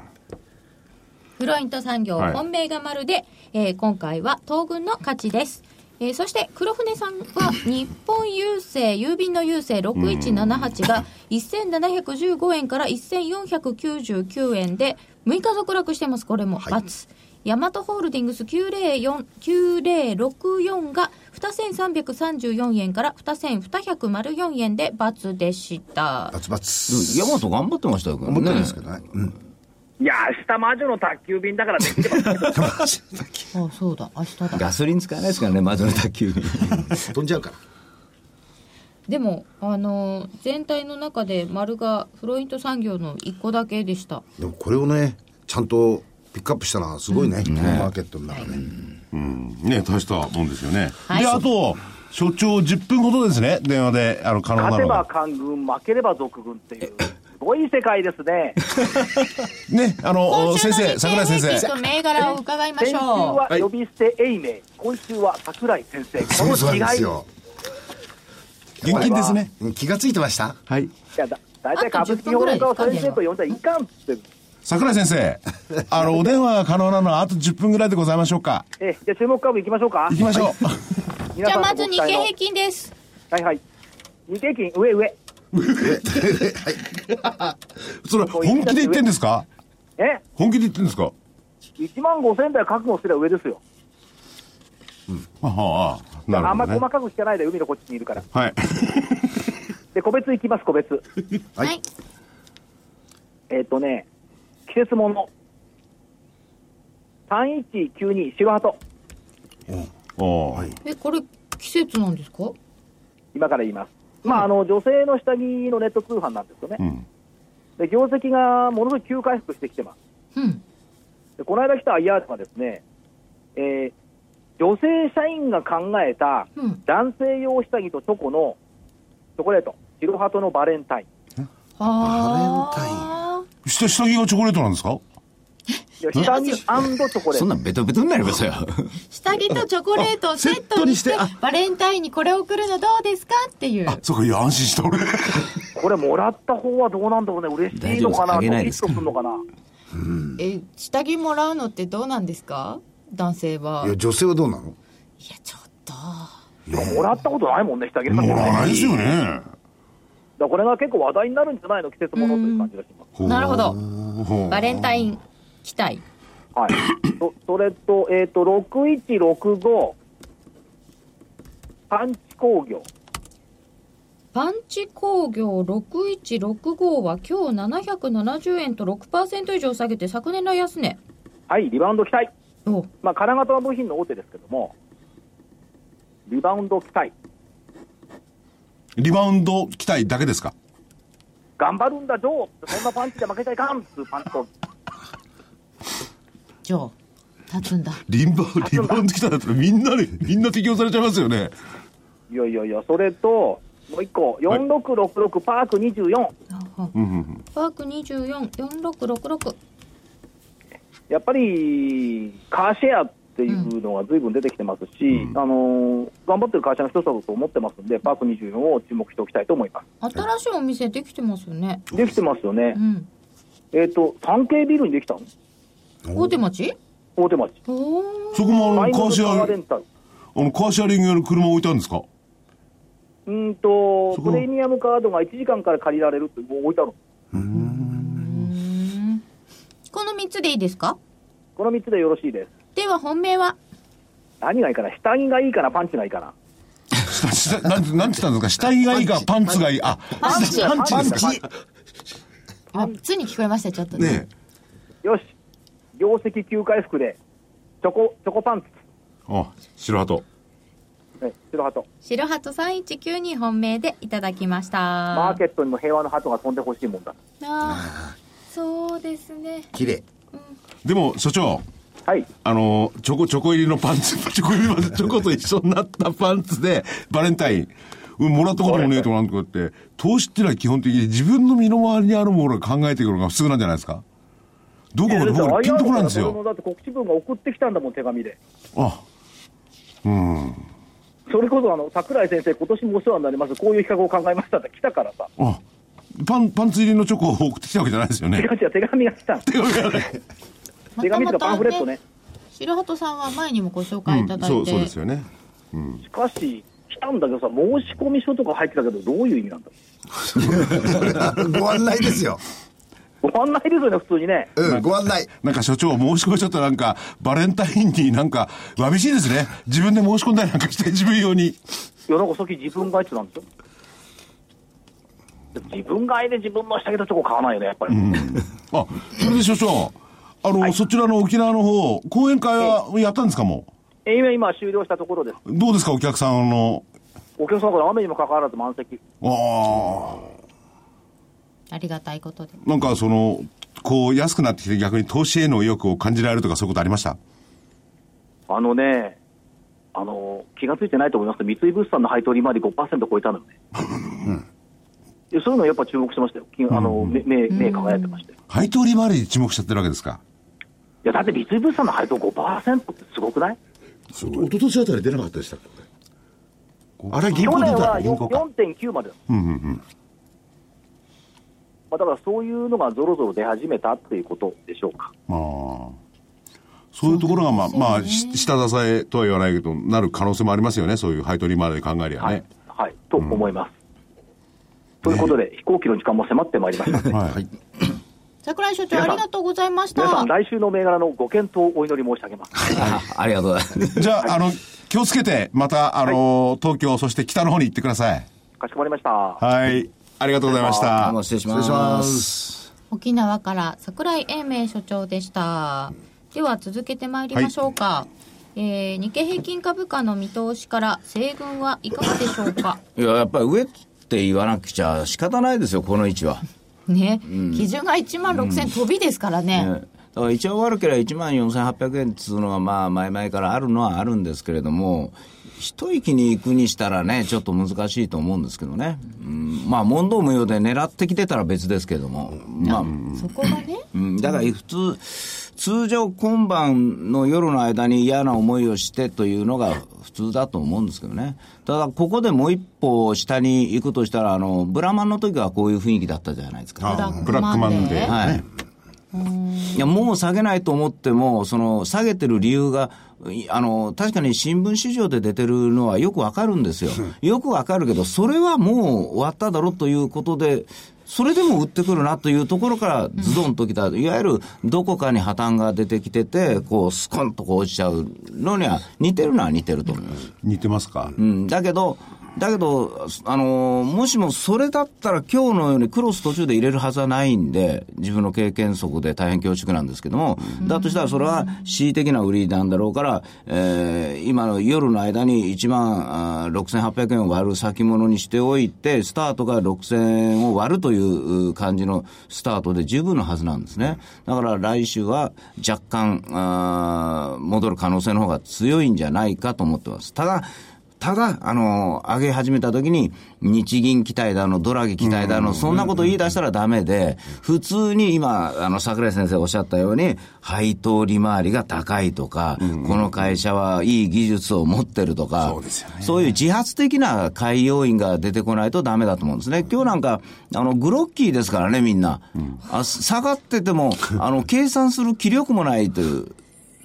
[SPEAKER 1] フロイント産業
[SPEAKER 6] はい
[SPEAKER 1] 本命が丸で、えー今回は東軍の勝ちです。えーそして黒船さんは日本郵政郵便の郵政6178が1715円から1499円で6日続落してますこれも×、ヤマトホールディングス904 9064が2334円から2204円で×でした
[SPEAKER 2] バツバツ
[SPEAKER 3] ヤマト頑張ってましたよ、
[SPEAKER 2] 思ってるんです
[SPEAKER 3] ね
[SPEAKER 2] けどねうん
[SPEAKER 5] いや、明日魔女の宅急便だからできれば。
[SPEAKER 7] あそうだ明日だ
[SPEAKER 3] ガソリン使えないですからね、魔女の卓球に。
[SPEAKER 2] 飛んじゃうから
[SPEAKER 1] でもあのー全体の中で丸がフロイント産業の一個だけでした
[SPEAKER 2] でもこれをねちゃんとピックアップしたらすごいね、このマーケットの中ね、
[SPEAKER 6] うんね大したもんですよね、
[SPEAKER 1] はい
[SPEAKER 6] であと所長10分ほどですね電話であの可能な
[SPEAKER 5] 勝て
[SPEAKER 6] の
[SPEAKER 5] ば
[SPEAKER 6] が
[SPEAKER 5] 官軍、負ければ賊軍っていう、 すごい世界ですね。
[SPEAKER 6] ねあの先生桜井先
[SPEAKER 7] ちょ
[SPEAKER 6] 生
[SPEAKER 7] っと銘柄を伺いま
[SPEAKER 5] 先
[SPEAKER 7] し
[SPEAKER 5] 週
[SPEAKER 7] ょう
[SPEAKER 5] は呼び捨て永明、今週は桜井先生。こ
[SPEAKER 2] そうそう
[SPEAKER 5] の違
[SPEAKER 2] なんで
[SPEAKER 5] い。
[SPEAKER 2] す
[SPEAKER 5] い
[SPEAKER 2] よ
[SPEAKER 6] 現金ですね
[SPEAKER 2] うん気がついてました
[SPEAKER 6] はい
[SPEAKER 5] やだ大体株式評論家を先生と呼んじゃいかんって。
[SPEAKER 6] 桜井先 生あのお電話が可能なのはあと10分ぐらいでございましょうか
[SPEAKER 5] ええ、じゃあ注目株行きましょうか
[SPEAKER 6] 行。きましょう、
[SPEAKER 5] じ
[SPEAKER 1] じゃあまず日経平均です
[SPEAKER 5] はいはい。日経平均、上上。
[SPEAKER 6] それ本気で言ってんですか
[SPEAKER 5] え
[SPEAKER 6] 本気で言ってんですかは
[SPEAKER 5] ?1 万5000台覚悟すれば上ですよ。
[SPEAKER 6] あはあな
[SPEAKER 5] あん
[SPEAKER 6] るほ
[SPEAKER 5] ま
[SPEAKER 6] ど、ね
[SPEAKER 5] 細、かく聞かないで海のこっちにいるから。
[SPEAKER 6] はい
[SPEAKER 5] で、個別いきます、個別。
[SPEAKER 2] はい
[SPEAKER 8] はい
[SPEAKER 5] えっ、とね、季節もの。3192、白鳩。
[SPEAKER 4] おー
[SPEAKER 8] えこれ季節なんですか
[SPEAKER 5] 今から言います。まあ、あの、女性の下着のネット通販なんですよね
[SPEAKER 4] う。ん。
[SPEAKER 5] で、業績がものすごく急回復してきてます。
[SPEAKER 8] うん
[SPEAKER 5] でこの間来た IR はですね、えー女性社員が考えた
[SPEAKER 8] うん
[SPEAKER 5] 男性用下着とチョコのチョコレート、白鳩のバレンタイン。
[SPEAKER 8] あ
[SPEAKER 2] バレンタイン
[SPEAKER 4] 下、下着がチョコレートなんですか
[SPEAKER 5] いや下着チョコレー
[SPEAKER 3] そ
[SPEAKER 5] ト
[SPEAKER 3] ん。なんベトベトになりますよ。
[SPEAKER 8] 下着とチョコレートをセッ
[SPEAKER 2] セッ
[SPEAKER 8] ト
[SPEAKER 2] トに
[SPEAKER 8] に
[SPEAKER 2] し
[SPEAKER 8] してて
[SPEAKER 2] あ
[SPEAKER 8] バレンタインにこれを送るのどうですかっていう
[SPEAKER 4] そうか、いや、安心した俺。
[SPEAKER 5] これもらった方はどうなんだろうね、嬉しいのかな、ド
[SPEAKER 3] 大丈夫ですあ
[SPEAKER 5] キ
[SPEAKER 3] げないで
[SPEAKER 5] ッ
[SPEAKER 3] す
[SPEAKER 5] とするのかな。
[SPEAKER 8] え下着もらうのってどうなんですか男性はい
[SPEAKER 2] や、女性はどうなの
[SPEAKER 8] いやちょっと
[SPEAKER 5] でももらったことないもんね、下着
[SPEAKER 4] もらわない
[SPEAKER 5] だか
[SPEAKER 4] ですよね。
[SPEAKER 5] らこれが結構話題になるんじゃないの、季節ものという感じがします。
[SPEAKER 4] ほう
[SPEAKER 1] なるほど
[SPEAKER 4] ほう
[SPEAKER 1] バレンタイン期待
[SPEAKER 5] はい。そそれと、えっ、と、6165、パンチ工業。
[SPEAKER 1] パンチ工業6165は今日770円と6%以上下げて昨年来安値
[SPEAKER 5] はい、リバウンド期待。
[SPEAKER 1] お
[SPEAKER 5] まあ、金型部品の大手ですけども、リバウンド期待、
[SPEAKER 4] リバウンド期待だけですか
[SPEAKER 5] 頑張るんだ、ジョーそんなパンチで負けちゃいかんっつうパンチと、
[SPEAKER 8] じゃあ立つんだ
[SPEAKER 4] リンバ、リバウンド期待だったらみんなに、みんな適用されちゃいますよね。
[SPEAKER 5] いやいやいや、それと、もう一個、4666パーク24、
[SPEAKER 1] パーク244666
[SPEAKER 5] やっぱりカーシェアっていうのがずいぶん出てきてますし、あのー頑張ってる会社の一つだと思ってますんで、パーク24を注目しておきたいと思いま
[SPEAKER 1] 新しいお店できてますよね
[SPEAKER 5] す。できてますよね
[SPEAKER 1] う。ん
[SPEAKER 5] えっ、と、産経ビルにできたの
[SPEAKER 1] 大手町
[SPEAKER 5] 大手町。
[SPEAKER 1] お
[SPEAKER 4] そこもあ
[SPEAKER 5] マ
[SPEAKER 4] の、
[SPEAKER 5] イ
[SPEAKER 4] カ
[SPEAKER 5] ナ
[SPEAKER 4] ー
[SPEAKER 5] ル
[SPEAKER 4] シ
[SPEAKER 5] パ
[SPEAKER 4] ェア、
[SPEAKER 5] ワーレ
[SPEAKER 4] あ
[SPEAKER 5] ンタル。
[SPEAKER 4] の、カーシェアリング用の車置いてあるんですか
[SPEAKER 5] うんと
[SPEAKER 4] そ、こ
[SPEAKER 5] プレミアムカードが1時間から借りられるって、もう置いてあるの
[SPEAKER 1] この3つでいいですか
[SPEAKER 5] この3つでよろしいです。
[SPEAKER 1] では本命は
[SPEAKER 5] 何がいいかな下着がいいかなパンチがいいかな
[SPEAKER 4] 下、下、なんて、なんて言ったんですか下着がいいか、パンツがいい。あ、
[SPEAKER 8] パンチ
[SPEAKER 4] パンチですか
[SPEAKER 8] あっつに聞こえましたちょっと
[SPEAKER 4] ねえ。
[SPEAKER 5] よし業績急回復でチョコチョコパンツ
[SPEAKER 4] あ、白鳩。
[SPEAKER 5] ね白鳩
[SPEAKER 1] 白鳩3192本命でいただきました
[SPEAKER 5] マーケットにも平和の鳩が飛んでほしいもんだ
[SPEAKER 1] あーそうですね
[SPEAKER 2] 綺麗。
[SPEAKER 4] でも、所長。
[SPEAKER 5] はい
[SPEAKER 4] あの、チョコ、チョコ入りのパンツ、 チョコ入りのパンツチョコと一緒になったパンツで、バレンタイン。うんもらったこともねえとかなんとかって、投資ってのは基本的に自分の身の回りにあるものを考えていくのが普通なんじゃないですかどこかで僕はピンとこないんです
[SPEAKER 5] いや
[SPEAKER 4] よ。
[SPEAKER 5] だって IR からそのだって告知文が送ってきたんだもん手紙で
[SPEAKER 4] あ、
[SPEAKER 5] それこそあの桜井先生今年もお世話になりますこういう企画を考えましたって来たからさ
[SPEAKER 4] あ、パン、パンツ入りのチョコを送ってきたわけじゃないですよ
[SPEAKER 5] 手
[SPEAKER 4] ね。
[SPEAKER 5] 紙手紙が来たの手紙とかパンフレットね
[SPEAKER 8] 白鳩さんは前にもご紹介いただいて、
[SPEAKER 4] そう、そうですよね。
[SPEAKER 5] しかし来たんだけどさ申し込み書とか入ってたけどどういう意味なんだ
[SPEAKER 2] ご案内ですよ。
[SPEAKER 5] ご案内ですよね普通にね
[SPEAKER 2] うん、ご案内。
[SPEAKER 4] なんか所長、申し込みちょっとなんか、バレンタインになんか、わびしいですね。自分で申し込んだりなんかして、自分用に。
[SPEAKER 5] いや、なんかさっき自分買いって言ってたんですよ。自分買いで自分の下着とチョコ買わないよね、やっぱり。
[SPEAKER 4] あ、それで所長、あの、そちらの沖縄の方、講演会はやったんですかも
[SPEAKER 5] え今、今終了したところです。
[SPEAKER 4] う。どうですか、お客さんの。
[SPEAKER 5] お客様から雨にもかかわらず満席。
[SPEAKER 4] あ
[SPEAKER 8] ありがたいことで
[SPEAKER 4] あ、なんかその、こう、安くなってきて逆に投資への意欲を感じられるとかそういうことありました
[SPEAKER 5] あのね、あの、気がついてないと思いますけど三井物産の配当利回り5%超えたのよね。いやそういうのやっぱ注目してましたよ。きあの、目、目、目輝いてましたよ。
[SPEAKER 4] 配当利回りに注目しちゃってるわけですか
[SPEAKER 5] いや、だって三井物産の配当5%ってすごくない
[SPEAKER 9] おととしあたり出なかったでしたっけ
[SPEAKER 4] あれ、銀
[SPEAKER 5] 去
[SPEAKER 4] 行で
[SPEAKER 5] 年
[SPEAKER 4] 出た
[SPEAKER 5] は
[SPEAKER 4] ら銀行か。
[SPEAKER 5] 4.9までだ。まあ、だからそういうのがぞろぞろ出始めたっていうことでしょうか。
[SPEAKER 4] まあ。そういうところが、まあ、まあ、し下支えとは言わないけど、なる可能性もありますよね。そういう配当利回りで考えりゃ
[SPEAKER 5] はい
[SPEAKER 4] ね。、
[SPEAKER 5] はい、と思います。ということで、飛行機の時間も迫ってまいり ました。
[SPEAKER 4] はい。
[SPEAKER 8] 桜井所長ありがとうございました
[SPEAKER 5] 皆さん、来週の銘柄のご検討をお祈り申し上げます。
[SPEAKER 3] あありがとうございます。
[SPEAKER 4] じゃあ、あの、気をつけて、また、あの、東京、そして北の方に行ってください。
[SPEAKER 5] かしこまりました。
[SPEAKER 6] はい。ありがとうございました。
[SPEAKER 3] あの失礼し
[SPEAKER 2] 失礼しま
[SPEAKER 3] ます。
[SPEAKER 2] す。
[SPEAKER 1] 沖縄から桜井英明所長でしたでは続けてまいりましょうか、えー日経平均株価の見通しから西軍はいかがでしょ うか
[SPEAKER 3] いや、やっぱり上って言わなくちゃ仕方ないですよ、この位置は。
[SPEAKER 7] ね、基準が1万6000飛びですからね、
[SPEAKER 3] ねだから一応悪ければ1万4800円っつうのが、まあ、前々からあるのはあるんですけれども、一息に行くにしたらね、ちょっと難しいと思うんですけどね、うん、まあ、問答無用で狙ってきてたら別ですけれども、まあ、
[SPEAKER 7] そこがね、
[SPEAKER 3] うん、だから普通、通常、今晩の夜の間に嫌な思いをしてというのが普通だと思うんですけどね、ただ、ここでもう一歩下に行くとしたら、あのブラマンの時はこういう雰囲気だったじゃないですか。
[SPEAKER 6] あブラックマンデー。
[SPEAKER 3] はいいやもう下げないと思っても、その下げてる理由が、いあの確かに新聞市場で出てるのはよくわかるんですよ、よくわかるけど、それはもう終わっただろということで、それでも売ってくるなというところからズドンときた、いわゆるどこかに破綻が出てきてて、こうスコンとこう落ちちゃうのには、似てるのは似てると思います。
[SPEAKER 6] 似てますか、
[SPEAKER 3] うん、だけど、だけど、あのーもしもそれだったら、今日のようにクロス途中で入れるはずはないんで、自分の経験則で大変恐縮なんですけども、だとしたらそれは恣意的な売りなんだろうから、えー今の夜の間に1万あー6800円を割る先物にしておいて、スタートが6000円を割るというう感じのスタートで十分のはずなんですね。だから来週は若干、あー戻る可能性の方が強いんじゃないかと思ってます。ただ、ただ、あの、上げ始めた時に、日銀期待だの、ドラギ期待だの、そんなこと言い出したらダメで、普通に今、あの、桜井先生おっしゃったように、配当利回りが高いとか、この会社はいい技術を持ってるとか、そういう自発的な海洋員が出てこないとダメだと思うんですね。今日なんか、あの、グロッキーですからね、みんな。あ下がってても、あの、計算する気力もないという。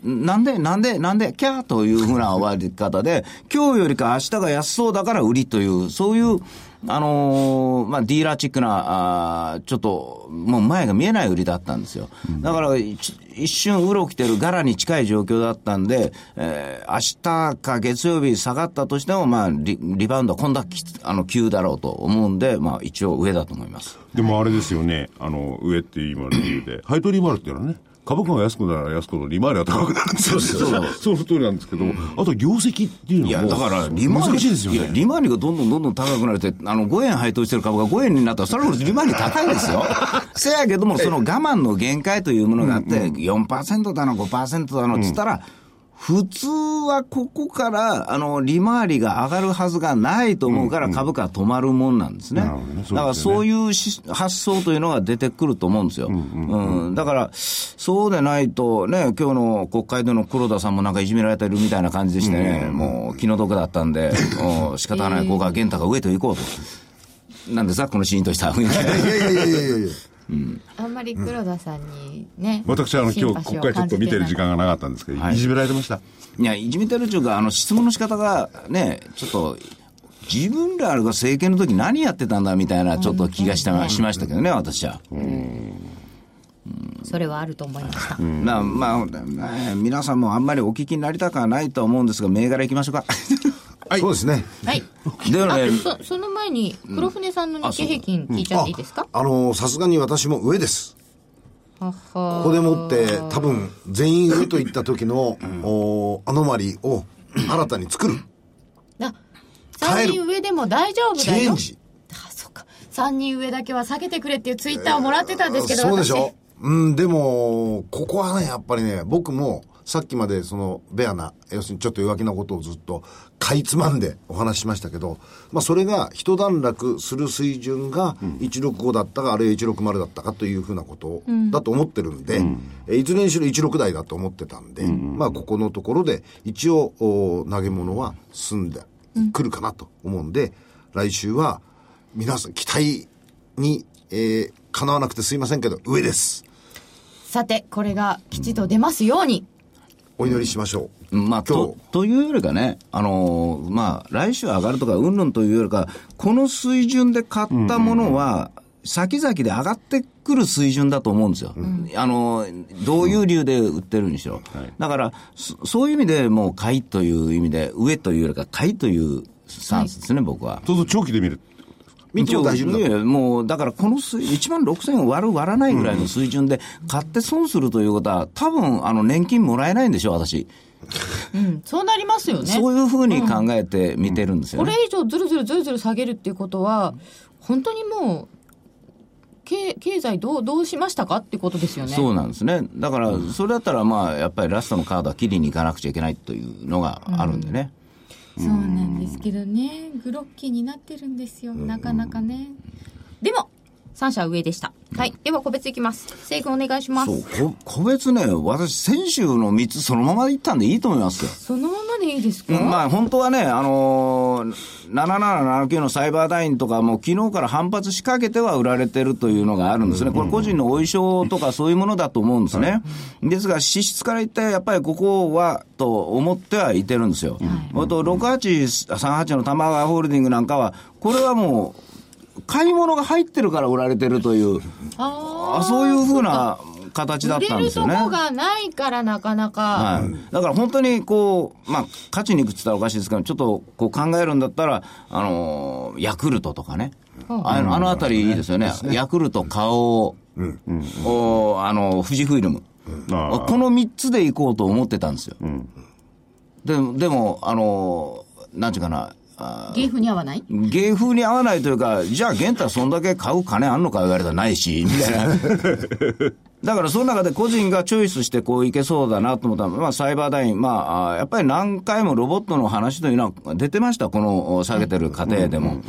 [SPEAKER 3] なんで、なんで、なんで、キャーというふうな終わり方で、 今日よりか明日が安そうだから売りという、そういう、あのーまあ、ディーラーチックな、あーちょっと、もう前が見えない売りだったんですよ。だから、一一瞬、うろきてる柄に近い状況だったんで、えー明日か月曜日下がったとしても、まあ、リリバウンドは今度はきあの、急だろうと思うんで、まあ、一応上だと思います。
[SPEAKER 6] でもあれですよね、あの、上って今の理由で、配当利回りっていうのはね、株価が安くなら安くなる、利回りが高くなるんですよ。そうそうの通りなんですけど、あと業績っていうのも、
[SPEAKER 3] いや、だから、利回り。
[SPEAKER 6] 難しいですよ
[SPEAKER 3] いや、
[SPEAKER 6] ね。
[SPEAKER 3] 利回りがどんどんどんどん高くなるって、あの、5円配当してる株が5円になったら、それより利回り高いですよ。 せやけども、その我慢の限界というものがあって、4%だの、5%だの、つったら、普通はここから、あの、利回りが上がるはずがないと思うから、株価は止まるもんなんですね。
[SPEAKER 6] なるほどねそうですよね
[SPEAKER 3] だから、そういうし発想というのが出てくると思うんですよ。うんだから、そうでないと、ね、今日の国会での黒田さんもなんかいじめられてるみたいな感じでしてね、もう気の毒だったん で、もう仕方ない、ここは玄太が上と行こうと。なんですか、このシーンとした 雰囲気。
[SPEAKER 2] いやいやいやいや いやいや。
[SPEAKER 7] あんまり黒田さんにね、
[SPEAKER 6] 私はあの、
[SPEAKER 7] シン
[SPEAKER 6] 今
[SPEAKER 7] パ
[SPEAKER 6] 日
[SPEAKER 7] シー
[SPEAKER 6] 国
[SPEAKER 7] を
[SPEAKER 6] 会ちょっと見てる時間がなかったんですけど、い、じめられてました。
[SPEAKER 3] いや、いじめてるというか、あの、質問の仕方がね、ちょっと、自分らが政権の時何やってたんだみたいな、ちょっと気がした、しましたけどね、私は。
[SPEAKER 1] それはあると思いました
[SPEAKER 3] まあ、まあ、ね皆さんもあんまりお聞きになりたくはないとは思うんですが、銘柄いきましょうか。
[SPEAKER 2] そうですね。
[SPEAKER 1] はい
[SPEAKER 3] では
[SPEAKER 1] あ
[SPEAKER 3] ね、
[SPEAKER 1] そその前に黒船さんの日経平均聞いちゃっていいですか、
[SPEAKER 2] あのーさすがに私も上です。
[SPEAKER 1] はは
[SPEAKER 2] ここでもって多分全員上といった時の、おーアノマリーを新たに作る。
[SPEAKER 7] あ3人上でも大丈夫
[SPEAKER 2] チ
[SPEAKER 7] だ
[SPEAKER 2] ェン
[SPEAKER 7] よ
[SPEAKER 2] ジ。
[SPEAKER 7] あそうか3人上だけは下げてくれっていうツイッターをもらってたんですけど、
[SPEAKER 2] そうでし
[SPEAKER 7] 私
[SPEAKER 2] ょうん、でも、ここはね、やっぱりね、僕も、さっきまでその、ベアな、要するにちょっと弱気なことをずっと、かいつまんでお話ししましたけど、まあ、それが、一段落する水準が、165だったか、あるいは160だったかというふうなことだと思ってるんで、えいずれにしろ16台だと思ってたんで、まあ、ここのところで、一応、お投げ物は済んでくるかなと思うんで、来週は、皆さん、期待に、えー、叶わなくてすいませんけど、上です。
[SPEAKER 7] さてこれが吉と出ますように、
[SPEAKER 2] お祈りしましょう。
[SPEAKER 3] ま
[SPEAKER 2] 今
[SPEAKER 3] あ、とというよりかね、あのーまあ、来週上がるとか、うんぬんというよりか、この水準で買ったものは、先々で上がってくる水準だと思うんですよ、あのーどういう理由で売ってるにしろ、だからそ、そういう意味でもう買いという意味で、上というよりか、買いというスタンスですね、僕は。
[SPEAKER 6] そうすると長期で見る
[SPEAKER 2] 見ても大丈夫だ
[SPEAKER 3] い
[SPEAKER 2] と
[SPEAKER 3] やいやもう、だからこの水1万6000を割る割らないぐらいの水準で、買って損するということは、多分あの年金もらえないんでしょう、私。
[SPEAKER 1] うん、そうなりますよね。
[SPEAKER 3] そういうふうに考えて見てるんですよ
[SPEAKER 1] こ
[SPEAKER 3] ね。
[SPEAKER 1] れ以上ずるずるずるずる下げるっていうことは、本当にもう、経経済どうどうしましたかっていうことですよね。
[SPEAKER 3] そうなんですね。だから、それだったら、まあ、やっぱりラストのカードは切りに行かなくちゃいけないというのがあるんでね。
[SPEAKER 10] そうなんですけどねグロッキーになってるんですよなかなかね
[SPEAKER 1] でも、3社上でした。はい。では、個別いきます。生君お願いします。そ
[SPEAKER 3] そう、こ個別ね、私、先週の3つそのまま行ったんでいいと思いますよ。
[SPEAKER 1] のままでいいですか、
[SPEAKER 3] うんまあ、本当はね、あのー、7779のサイバーダインとか、もう昨日から反発しかけては売られてるというのがあるんですね、これ、個人のお衣装とかそういうものだと思うんですね、ですが、資質から言って、やっぱりここはと思ってはいてるんですよ、あと6838の玉川ホールディングなんかは、これはもう、買い物が入ってるから売られてるという、
[SPEAKER 1] あ
[SPEAKER 3] あそういうふうな形だ
[SPEAKER 1] ー
[SPEAKER 3] っ
[SPEAKER 1] 売
[SPEAKER 3] たん
[SPEAKER 1] れ
[SPEAKER 3] で
[SPEAKER 1] る
[SPEAKER 3] す
[SPEAKER 1] と
[SPEAKER 3] よね。
[SPEAKER 1] こがないからなかなか、
[SPEAKER 3] はい、だから本当にこう、まあ、勝ちに行くって言ったらおかしいですけど、ちょっとこう考えるんだったら、あのーヤクルトとかね、あのあの辺りいいですよね、ヤクルト、花王、おあの富士フイルム、
[SPEAKER 6] ああ
[SPEAKER 3] この3つで行こうと思ってたんですよ。ででも、あのーなんていうかな、あー
[SPEAKER 1] 芸風に合わない
[SPEAKER 3] 芸風に合わないというか、じゃあ、玄太、そんだけ買う金あんのか言われたらないし、みたいな。だから、その中で個人がチョイスして、こういけそうだなと思ったら、まあ、サイバーダイン、まああー、やっぱり何回もロボットの話というのは出てました、このお下げてる過程でも。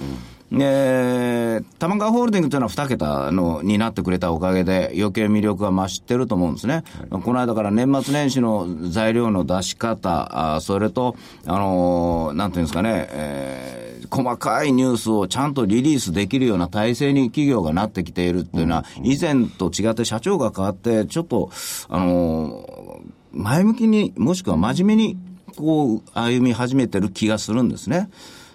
[SPEAKER 3] えー、玉川ホールディングというのは2桁のになってくれたおかげで、余計魅力が増してると思うんですね、この間から年末年始の材料の出し方、あーそれと、あのーなんていうんですかね、えー細かいニュースをちゃんとリリースできるような体制に企業がなってきているっていうのは、以前と違って社長が変わって、ちょっと、あのー前向きに、もしくは真面目に、こう、歩み始めてる気がするんですね。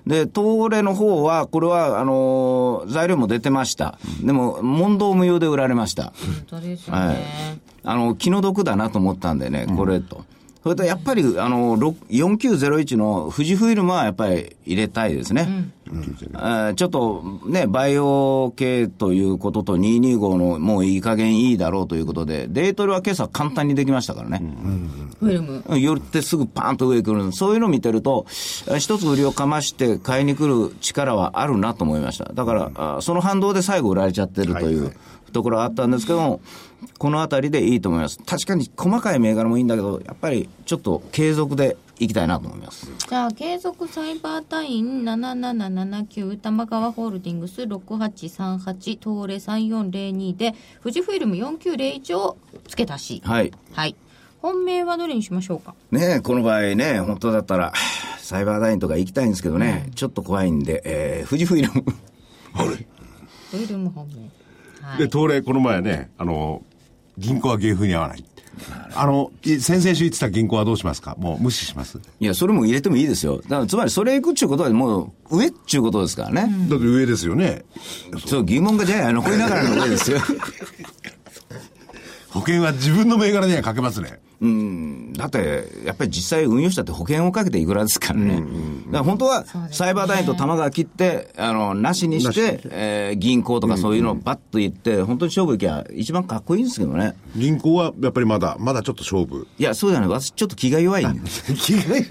[SPEAKER 3] で、東レの方は、これは、あのー材料も出てました。でも、問答無用で売られました。
[SPEAKER 1] 本当ですよね。
[SPEAKER 3] はい。あの、気の毒だなと思ったんでね、これと。それとやっぱり、あの、ろ4901の富士フイルムはやっぱり入れたいですね。あーちょっとね、バイオ系ということと225のもういい加減いいだろうということで、デートルは今朝簡単にできましたからね。
[SPEAKER 1] フィルム。
[SPEAKER 3] 寄ってすぐパーンと上来る、そういうのを見てると、え一つ売りをかまして買いに来る力はあるなと思いました。だから、あその反動で最後売られちゃってるというところはあったんですけども、このあたりでいいと思います。確かに細かい銘柄もいいんだけど、やっぱりちょっと継続でいきたいなと思います。
[SPEAKER 1] じゃあ、継続サイバー隊員7779、玉川ホールディングス6838、東レ3402で、富士フィルム4901を付け足し。
[SPEAKER 3] はい。
[SPEAKER 1] はい。本命はどれにしましょうか
[SPEAKER 3] ねえこの場合ね、本当だったら、サイバーダインとか行きたいんですけどね、ちょっと怖いんで、えー、富士フイルム。
[SPEAKER 1] フィルム本命。はい
[SPEAKER 6] で、。東レ、この前ね、あの、銀行は芸風に合わない。あの、い先々週言ってた銀行はどうしますかもう無視します。
[SPEAKER 3] いや、それも入れてもいいですよ。だから、つまりそれ行くっていうことはもう上っていうことですからね。
[SPEAKER 6] だって上ですよね。
[SPEAKER 3] そう、疑問がじゃあ残りながらの上ですよ。
[SPEAKER 6] 保険は自分の銘柄にはかけますね。
[SPEAKER 3] うん、だって、やっぱり実際運用したって保険をかけていくらですからね。だから本当は、サイバーダインと玉川切って、あの、なしにして、えー銀行とかそういうのをバッと言って、本当に勝負行きゃ一番かっこいいんですけどね。
[SPEAKER 4] 銀行はやっぱりまだ、まだちょっと勝負。
[SPEAKER 3] いや、そうじゃない。私ちょっと気が弱いんです。
[SPEAKER 2] 気が弱い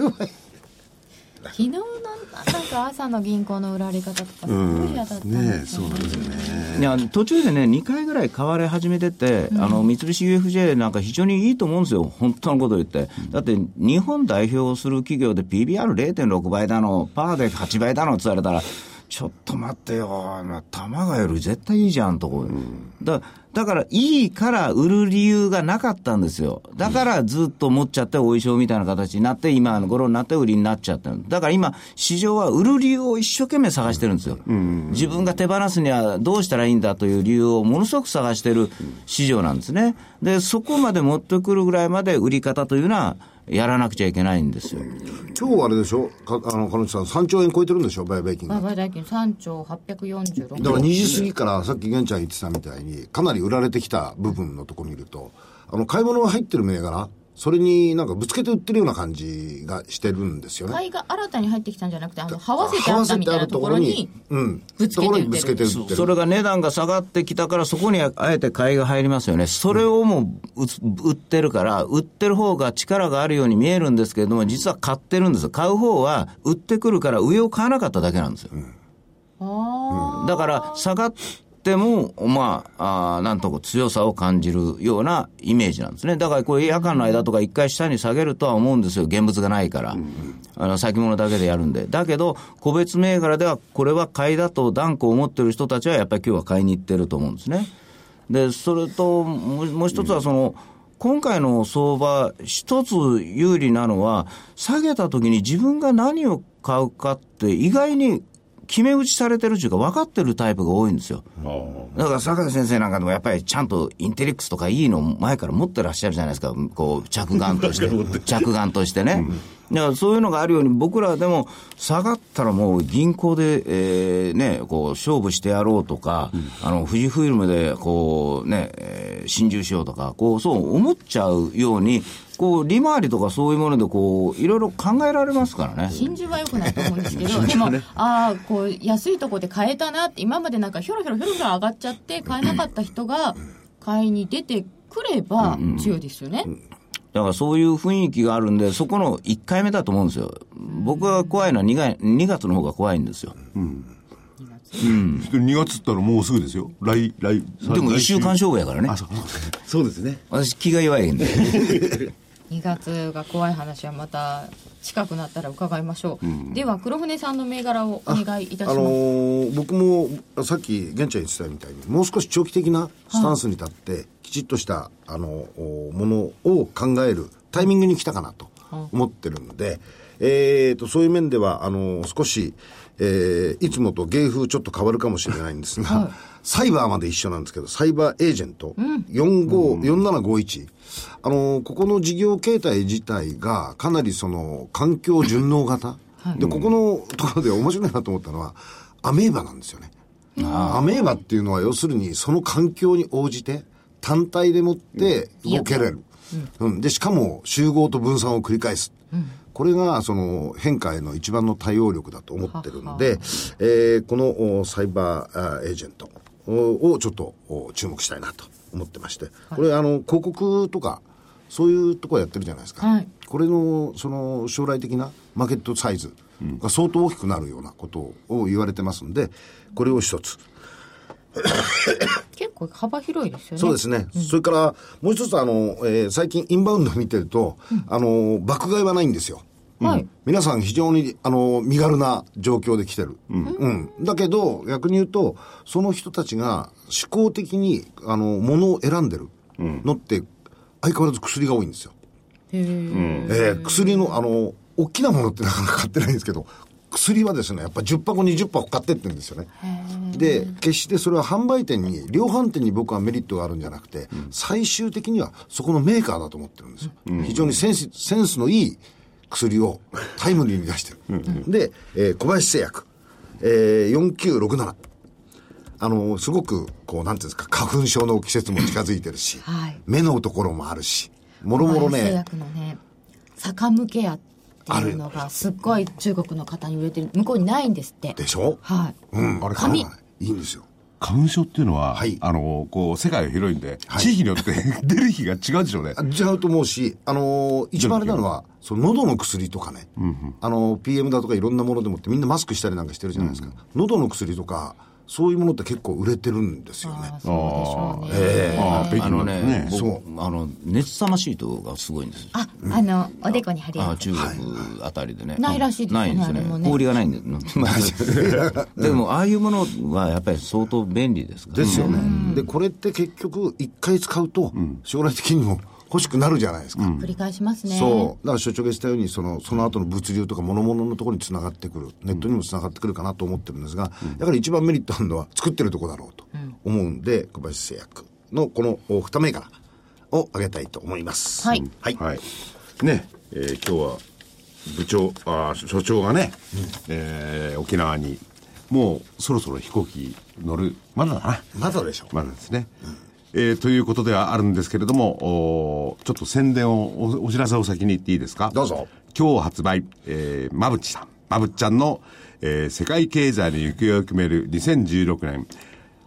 [SPEAKER 7] 昨日のなんか朝の銀行の売られ方とかすごい嫌だったん
[SPEAKER 4] ねえ、
[SPEAKER 7] です
[SPEAKER 4] そ
[SPEAKER 7] よ、
[SPEAKER 4] うなんですよね。
[SPEAKER 3] いや、途中でね、2回ぐらい買われ始めてて、あの、三菱 UFJ なんか非常にいいと思うんですよ。本当のこと言って。だって、日本代表する企業で PBR0.6 倍だの、パーで8倍だのって言われたら、ちょっと待ってよ、まあ玉川より絶対いいじゃんとこ、だだから、いいから売る理由がなかったんですよ。だからずっと持っちゃって、お衣装みたいな形になって、今の頃になって売りになっちゃったのだから今、市場は売る理由を一生懸命探してるんですよ。自分が手放すにはどうしたらいいんだという理由をものすごく探してる市場なんですね。で、そこまで持ってくるぐらいまで売り方というのは、やらなくちゃいけないんですよ。
[SPEAKER 2] 今日あれでしょかあの彼女さん3兆円超えてるんでしょ売買金が
[SPEAKER 1] 売買代金3兆846
[SPEAKER 2] だから2時過ぎからさっき玄ちゃん言ってたみたいにかなり売られてきた部分のとこ見るとあの買い物が入ってる銘柄それになんかぶつけて売ってるような感じがしてるんですよね。
[SPEAKER 1] 買いが新たに入ってきたんじゃなくて、あの、はわせてあったみたいなところに、
[SPEAKER 2] うん、
[SPEAKER 1] ぶつけて売ってる
[SPEAKER 2] ところにぶつけて売ってる。
[SPEAKER 3] それが値段が下がってきたから、そこにあえて買いが入りますよね、それをもううつ売ってるから、売ってる方が力があるように見えるんですけれども、実は買ってるんです、買う方は売ってくるから、上を買わなかっただけなんですよ。だから下がっても、まあ、あーなんとか強さを感じるようなイメージなんですね。だからこれ夜間の間とか一回下に下げるとは思うんですよ。現物がないから。あの、先物だけでやるんで。だけど、個別銘柄ではこれは買いだと断固思ってる人たちはやっぱり今日は買いに行ってると思うんですね。で、それと、もうもう一つはその、今回の相場、一つ有利なのは、下げた時に自分が何を買うかって、意外に決め打ちされてるというか、分かってるタイプが多いんですよ。だから坂田先生なんかでもやっぱりちゃんとインテリックスとかいいの前から持ってらっしゃるじゃないですか、こう 着眼として、着眼としてね。だからそういうのがあるように、僕らでも下がったらもう銀行で、えーね、こう勝負してやろうとか、あの富士フイルムでこう、ねえー心中しようとか、こうそう思っちゃうように、こう利回りとかそういうものでこう、いろいろ考えられますからね。
[SPEAKER 1] 真珠は良くないと思うんですけど、でも、ああ、こう、安いとこで買えたなって、今までなんかひょろひょろひょろひょろ上がっちゃって、買えなかった人が、買いに出てくれば強いですよね。
[SPEAKER 3] だからそういう雰囲気があるんで、そこの1回目だと思うんですよ。僕が怖いのは 2, が2月の方が怖いんですよ。
[SPEAKER 6] 2月ったらもうすぐですよ。来、来、
[SPEAKER 3] でも1
[SPEAKER 6] 来
[SPEAKER 3] 週間勝負やからね
[SPEAKER 6] あ、。そう。そうですね。
[SPEAKER 3] 私気が弱いんで。
[SPEAKER 1] 2月が怖い話はまた近くなったら伺いましょう、では黒船さんの銘柄をお願いいたしま
[SPEAKER 2] あ
[SPEAKER 1] す、
[SPEAKER 2] のー僕もさっき玄ちゃん言ってたみたいにもう少し長期的なスタンスに立って、きちっとしたあのおものを考えるタイミングに来たかなと思ってるので、えー、とそういう面ではあの少し、えーいつもと芸風ちょっと変わるかもしれないんですが、サイバーまで一緒なんですけどサイバーエージェント、45 4751あのここの事業形態自体がかなりその環境順応型、でここのところで面白いなと思ったのはアメーバなんですよねアメーバっていうのは要するにその環境に応じて単体でもって動けれる、うんでしかも集合と分散を繰り返す、これがその変化への一番の対応力だと思ってるんで、えーこのおサイバーあーエージェントおをちょっとお注目したいなと思ってまして、これあの広告とかそういうところやってるじゃないですか、
[SPEAKER 1] はい
[SPEAKER 2] これのその将来的なマーケットサイズが相当大きくなるようなことを言われてますんで、これを一つ。
[SPEAKER 1] 結構幅広いですよね
[SPEAKER 2] そうですね。それから、もう一つあの、えー最近インバウンド見てると、あの、爆買いはないんですよ。
[SPEAKER 1] はい
[SPEAKER 2] 皆さん非常に、あの、身軽な状況で来てる。うん。だけど、逆に言うと、その人たちが思考的に、あの、ものを選んでるのって、相変わらず薬が多いんですよ。えー薬の、あの、大きなものってなかなか買ってないんですけど、薬はですね、やっぱ10箱、20箱買ってってんですよね。で、決してそれは販売店に、量販店に僕はメリットがあるんじゃなくて、最終的にはそこのメーカーだと思ってるんですよ。非常にセンス、センスのいい薬をタイムリーに出してる。で、えー小林製薬、えー、4967。あの、すごく、こう、なんていうんですか、花粉症の季節も近づいてるし、
[SPEAKER 1] はい
[SPEAKER 2] 目のところもあるし、もろもろ
[SPEAKER 1] 製
[SPEAKER 2] ね、
[SPEAKER 1] 薬のね坂向け屋っていうのがすっごい中国の方に売れてる向こうにないんですって
[SPEAKER 2] でしょ
[SPEAKER 1] はい
[SPEAKER 2] うん、あれ
[SPEAKER 1] 紙
[SPEAKER 2] 買わないいいんですよ。
[SPEAKER 6] 花粉症っていうのは、
[SPEAKER 2] はい
[SPEAKER 6] あの、こう、世界が広いんで、地域によって 出る日が違うでしょうね。
[SPEAKER 2] 違うと思うし、あのー一番あれなのは、その喉の薬とかね、あのー PM だとかいろんなものでもってみんなマスクしたりなんかしてるじゃないですか。喉の薬とか、そういうものって結構売れてるんですよね。
[SPEAKER 1] そうでしょうね
[SPEAKER 6] ああ、北京
[SPEAKER 3] あの
[SPEAKER 6] の
[SPEAKER 3] ね、
[SPEAKER 6] ね。
[SPEAKER 3] 僕
[SPEAKER 2] そう
[SPEAKER 3] あの、熱さましいとこがすごいんですよ。
[SPEAKER 1] ああのおでこに貼り
[SPEAKER 3] あ
[SPEAKER 1] や
[SPEAKER 3] 中国あたりでね、
[SPEAKER 1] ないらしいですね
[SPEAKER 3] ないんです
[SPEAKER 1] あれも
[SPEAKER 3] ね
[SPEAKER 1] ね
[SPEAKER 3] 氷がないんで、まあ でもああいうものはやっぱり相当便利ですからね
[SPEAKER 2] ですよね。で、これって結局、一回使うと、将来的にも欲しくなるじゃないですか。
[SPEAKER 1] 繰り返しますね
[SPEAKER 2] そう。だから所長がしたように、その、その後の物流とか物々のところにつながってくる、ネットにもつながってくるかなと思ってるんですが、だから一番メリットあるのは作ってるとこだろうと思うんで、小林製薬のこのお二銘柄を挙げたいと思います。
[SPEAKER 1] はい
[SPEAKER 2] はい。
[SPEAKER 4] はい。ね、えー今日は部長、あー所長がね、えー沖縄に、もうそろそろ飛行機乗る、まだだな。
[SPEAKER 2] まだでしょ。
[SPEAKER 4] まだですね。えーということではあるんですけれども、おーちょっと宣伝をお、お知らせを先に言っていいですか
[SPEAKER 2] どうぞ。
[SPEAKER 4] 今日発売、えー、まぶちさん。まぶっちゃんの、えー世界経済の行方を決める2016年、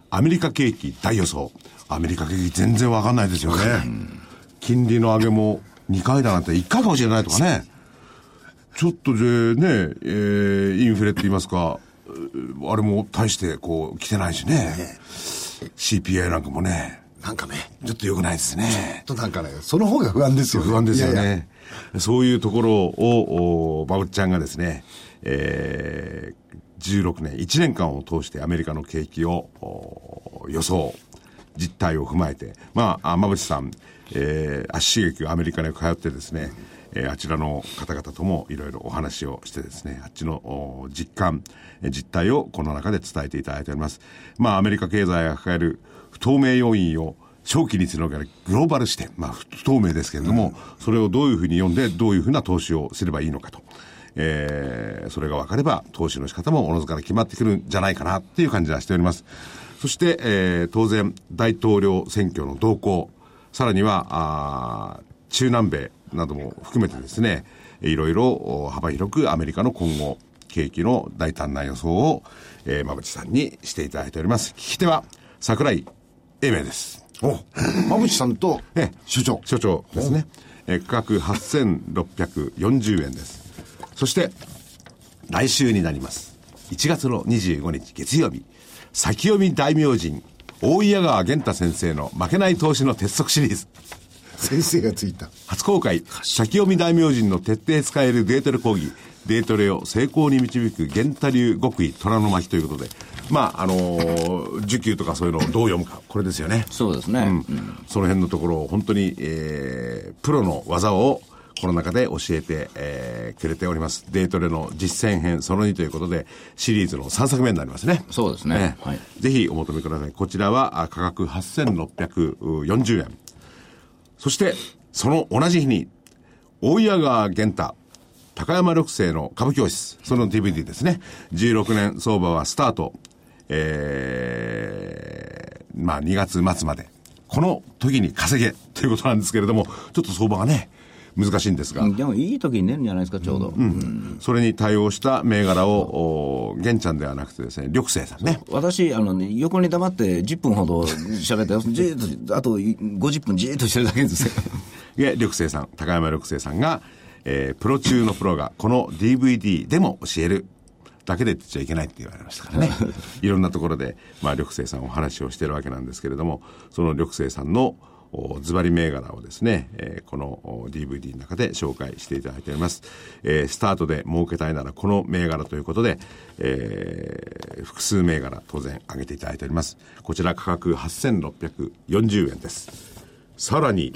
[SPEAKER 4] アメリカ景気大予想。アメリカ景気全然わかんないですよね。金利の上げも2回だなんて1回かもしれないとかね。ちょっとでね、えーインフレって言いますか、えーあれも大してこう来てないしね。CPI なんかもね、
[SPEAKER 2] なんかね、
[SPEAKER 4] ちょっと良くないですね。
[SPEAKER 2] ちょっとなんかね、その方が不安ですよね。
[SPEAKER 4] 不安ですよね。
[SPEAKER 2] いやいや
[SPEAKER 4] そういうところを、おバブちゃんがですね、えー、16年、1年間を通してアメリカの景気をお予想、実態を踏まえて、まあ、あ馬渕さん、えー、足刺激をアメリカに通ってですね、えーあちらの方々ともいろいろお話をしてですね、あっちのお実感、えー実態をこの中で伝えていただいております。まあ、アメリカ経済が抱える不透明要因を長期につながるグローバル視点、まあ、不不透明ですけれども、それをどういうふうに読んで、どういうふうな投資をすればいいのかと。えーそれが分かれば、投資の仕方もおのずから決まってくるんじゃないかなっていう感じはしております。そして、えー当然、大統領選挙の動向、さらには、あー中南米なども含めてですね、いろいろお幅広くアメリカの今後、景気の大胆な予想を、えー、馬渕さんにしていただいております。聞き手は、桜井英明です。
[SPEAKER 2] お、馬渕さんと
[SPEAKER 4] ええ、
[SPEAKER 2] 所長。
[SPEAKER 4] 所長ですね、えー価格8640円ですそして来週になります1月の25日月曜日先読み大名人大井谷川源太先生の「負けない投資の鉄則」シリーズ
[SPEAKER 2] 先生がついた。
[SPEAKER 4] 初公開先読み大名人の徹底使えるデートレ講義デートレを成功に導く源太流極意虎の巻ということでまああのー、受給とかそういうのをどう読むかこれですよね
[SPEAKER 3] そうですね。
[SPEAKER 4] その辺のところを本当に、えープロの技をこの中で教えて、えーくれております。デートレの実践編その2ということで、シリーズの3作目になりますね。
[SPEAKER 3] そうですねはい
[SPEAKER 4] ぜひお求めください。こちらはあ価格8640円。そして、その同じ日に、大谷川源太、高山緑星の株教室、その DVD ですね。16年相場はスタート、えー、まあ2月末まで。この時に稼げということなんですけれども、ちょっと相場がね、難しいんですが、
[SPEAKER 3] でもいい時に出るんじゃないですか、ちょうど。
[SPEAKER 4] それに対応した銘柄を、お玄ちゃんではなくてですね、緑星さんね。
[SPEAKER 3] 私あの、ね、横に黙って10分ほど喋 って、じーっと、あと50分じーっとしてるだけですよ。
[SPEAKER 4] で、緑星さん、高山緑星さんが、えー、プロ中のプロがこの DVD でも教える。だけで言っちゃいけないって言われましたからね。いろんなところで、まあ、緑星さんお話をしてるわけなんですけれども、その緑星さんのおズバリ銘柄をですね、えーこのお DVD の中で紹介していただいております。えースタートで儲けたいならこの銘柄ということで、えー複数銘柄当然挙げていただいております。こちら価格8640円です。さらに、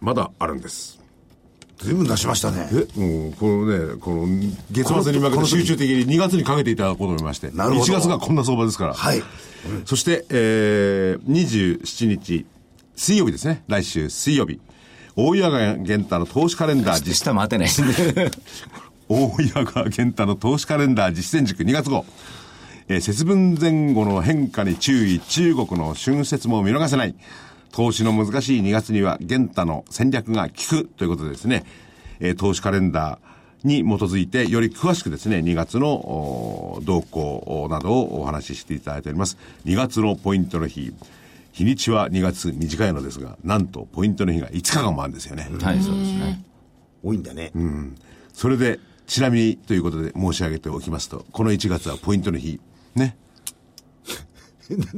[SPEAKER 4] まだあるんです。
[SPEAKER 2] 随分出しましたね。
[SPEAKER 4] え、うん、このね、この月末に向けて集中的に2月にかけていただこうと思いまして、
[SPEAKER 2] なるほど
[SPEAKER 4] 1月がこんな相場ですから。
[SPEAKER 2] はい。
[SPEAKER 4] そして、えー、27日、水曜日ですね。来週水曜日。大岩川源太の投資カレンダー実
[SPEAKER 3] 下待てないですね。
[SPEAKER 4] 大谷川源太の投資カレンダー実践塾2月号。えー節分前後の変化に注意、中国の春節も見逃せない。投資の難しい2月には源太の戦略が効くということでですね、えー投資カレンダーに基づいてより詳しくですね、2月のおー動向などをお話ししていただいております。2月のポイントの日。日にちは2月短いのですが、なんとポイントの日が5日間もあるんですよね。
[SPEAKER 3] はい、そうですね。
[SPEAKER 2] 多いんだね。
[SPEAKER 4] それで、ちなみにということで申し上げておきますと、この1月はポイントの日。ね。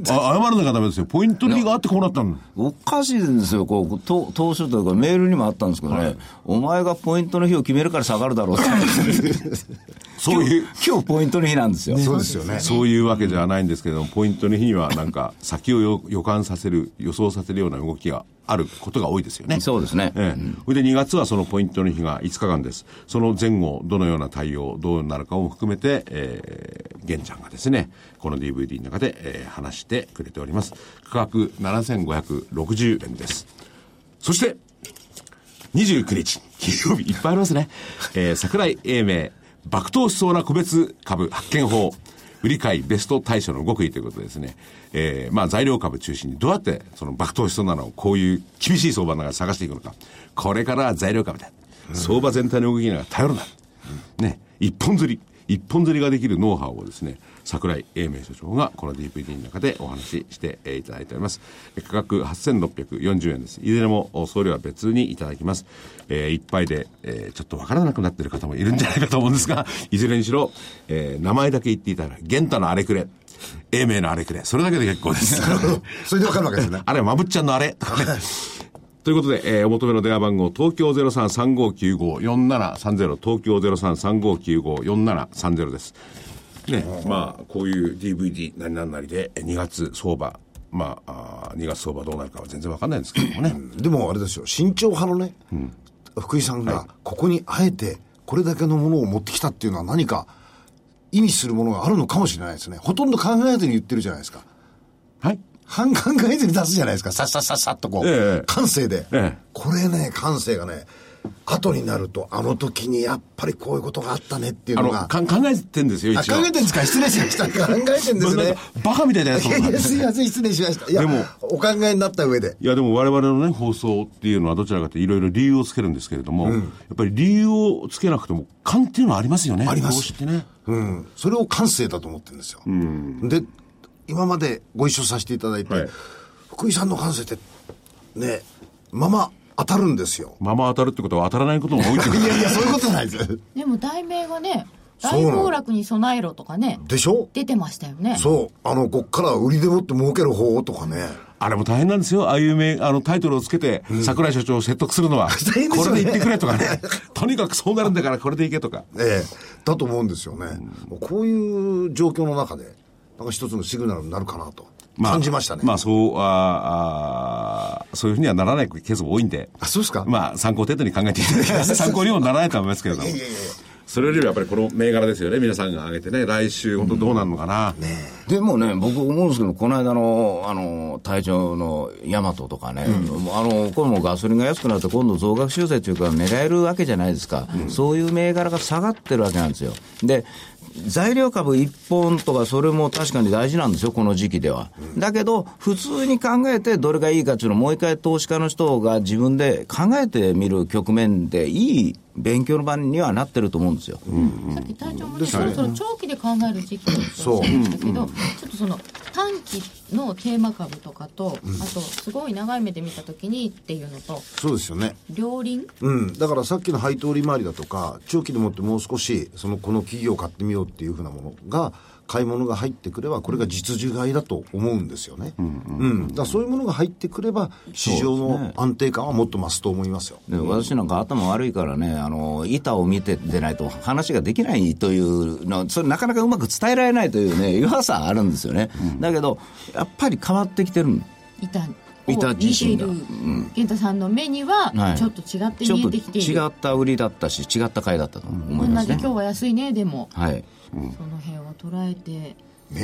[SPEAKER 4] あ謝ら なきゃダメですよ。ポイントの日があってこうなったの。
[SPEAKER 3] おかしいんですよ、こう、と当初というか、メールにもあったんですけどね、お前がポイントの日を決めるから下がるだろうって
[SPEAKER 4] そういう、
[SPEAKER 3] 今日ポイントの日なんですよ。
[SPEAKER 2] そうですよね。
[SPEAKER 4] そういうわけではないんですけれども、ポイントの日にはなんか先をよ予感させる、予想させるような動きがあることが多いですよね。
[SPEAKER 3] そうですね。
[SPEAKER 4] ええそれで2月はそのポイントの日が5日間です。その前後、どのような対応、どうなるかを含めて、えー、玄ちゃんがですね、この DVD の中で、えー話してくれております。価格7560円です。そして、29日、金曜日、いっぱいありますね。えー、桜井英明、爆投しそうな個別株発見法。売り買いベスト対処の極意ということですね。えー、まあ材料株中心にどうやってその爆投しそうなのをこういう厳しい相場の中で探していくのか。これからは材料株だ。相場全体の動きには頼るな。ね、一本釣り。一本釣りができるノウハウをですね、桜井英明所長がこの DVD の中でお話ししていただいております。価格8640円です。いずれも送料は別にいただきます。えー、いっぱいで、えー、ちょっとわからなくなってる方もいるんじゃないかと思うんですが、 いずれにしろ、えー、名前だけ言っていただく。玄太のあれくれ。英明のあれくれ。それだけで結構です。
[SPEAKER 2] それでわかるわけですね
[SPEAKER 4] あれ、まぶっちゃんのあれ。 ということで、えー、お求めの電話番号、東京0335954730、東京0335954730です。ね、まあ、こういう DVD 何々なりで、2月相場、まあ、あ2月相場どうなるかは全然わかんないんですけどもね。
[SPEAKER 2] でもあれですよ、慎重派のね、うん、福井さんが、ここにあえて、これだけのものを持ってきたっていうのは何か、意味するものがあるのかもしれないですね。ほとんど考えずに言ってるじゃないですか。
[SPEAKER 4] はい。
[SPEAKER 2] 半考えずに出すじゃないですか。さっさっさっさっとこう、ええ、感性で、ええ、これね、感性がね、後になると、あの時にやっぱりこういうことがあったねっていうのが。
[SPEAKER 4] あの考えてんですよ、一
[SPEAKER 2] 応。考えてんですか失礼しました。考え てんですね。
[SPEAKER 4] バカみたいなやつ
[SPEAKER 2] いやすいません、失礼しました。いや、でも、お考えになった上で。
[SPEAKER 4] いや、でも我々のね、放送っていうのはどちらかといろいろ理由をつけるんですけれども、うん、やっぱり理由をつけなくても、勘っていうのはありますよね。
[SPEAKER 2] あります。
[SPEAKER 4] ってね。
[SPEAKER 2] うん。それを感性だと思ってるんですよ。うん、で、今までご一緒させていただいて、はい、福井さんの感性って、ね、まま当たるんですよ。
[SPEAKER 4] まま当たるってことは当たらないことも多いってこと
[SPEAKER 2] いやいや、そういうことないです。
[SPEAKER 1] でも題名がね、大暴落に備えろとかね。
[SPEAKER 2] でしょ
[SPEAKER 1] 出てましたよね。
[SPEAKER 2] そう。あの、こっから売りでもって儲ける方とかね。
[SPEAKER 4] あれも大変なんですよ。ああいう名、あの、タイトルをつけて、うん、桜井所長を説得するのは、ね、これで言ってくれとかね。 とにかくそうなるんだからこれでいけとか。
[SPEAKER 2] ええ。だと思うんですよね。うん、こういう状況の中で、なんか一つのシグナルになるかなと。まあ、感じましたね。
[SPEAKER 4] まあ、そう、ああ、そういうふうにはならないケースも多いんで。
[SPEAKER 2] あ、そうですか
[SPEAKER 4] まあ、参考程度に考えていただき ます。参考にもならないと思いますけれども。いやいやいやそれよりはやっぱりこの銘柄ですよね。皆さんが挙げてね、来週本当どうなるのかな。うんね、
[SPEAKER 3] でもね、僕思うんですけど、この間の、あの、隊長のヤマトとかね、うん、あの、これもガソリンが安くなると今度増額修正というか狙えるわけじゃないですか。うん、そういう銘柄が下がってるわけなんですよ。で、材料株1本とか、それも確かに大事なんですよ、この時期では。だけど、普通に考えて、どれがいいかっていうのを、もう一回投資家の人が自分で考えてみる局面で、いい勉強の場にはなってると思うんですよ。
[SPEAKER 1] うんうん、さっき隊長もね、そろそろ長期で考える時期だとおっしゃいましたけど、うんうん、ちょっとその短期のテーマ株とかと、うん、あとすごい長い目で見たときにっていうのと、
[SPEAKER 2] そうですよね。
[SPEAKER 1] 両輪
[SPEAKER 2] うん。だからさっきの配当利回りだとか、長期でもってもう少し、そのこの企業を買ってみようっていうふうなものが、買い物が入ってくれば、これが実需買いだと思うんですよね。うん、うんうん、だそういうものが入ってくれば、市場の安定感はもっと増すと思いますよ。
[SPEAKER 3] で、ね、私なんか頭悪いからね、あの、板を見てでないと話ができないというの、それなかなかうまく伝えられないというね、弱さあるんですよね。だけど、やっぱり変わってきてる
[SPEAKER 1] 板見ている健太さんの目にはちょっと違って見えてきてい
[SPEAKER 3] る、はい、違った売りだったし違った買いだったと思いますね
[SPEAKER 1] 同じ今日は安いねでも、
[SPEAKER 3] はい、
[SPEAKER 1] うん、その辺を捉えて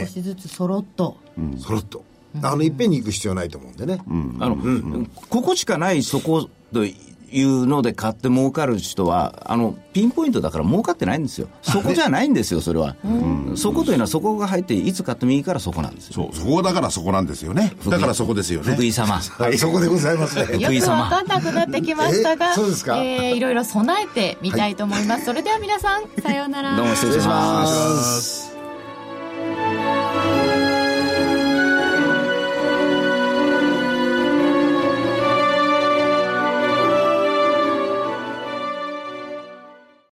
[SPEAKER 1] 少しずつそろっと、
[SPEAKER 2] ね、そろっとあのいっぺんに行く必要ないと思うんでね、
[SPEAKER 3] うん、あの、うん、ここしかないそこというので買って儲かる人はあのピンポイントだから儲かってないんですよそこじゃないんですよそれは、うん、そこというのはそこが入っていつ買ってもいいからそこなんです
[SPEAKER 4] よそうそこだからそこなんですよねだからそこですよね
[SPEAKER 3] 福井様
[SPEAKER 2] はいそこでございます ね
[SPEAKER 1] よく分かんなくなってきましたが
[SPEAKER 2] そうですか、
[SPEAKER 1] えー、いろいろ備えてみたいと思います、はい、それでは皆さんさようなら
[SPEAKER 3] どうも失礼します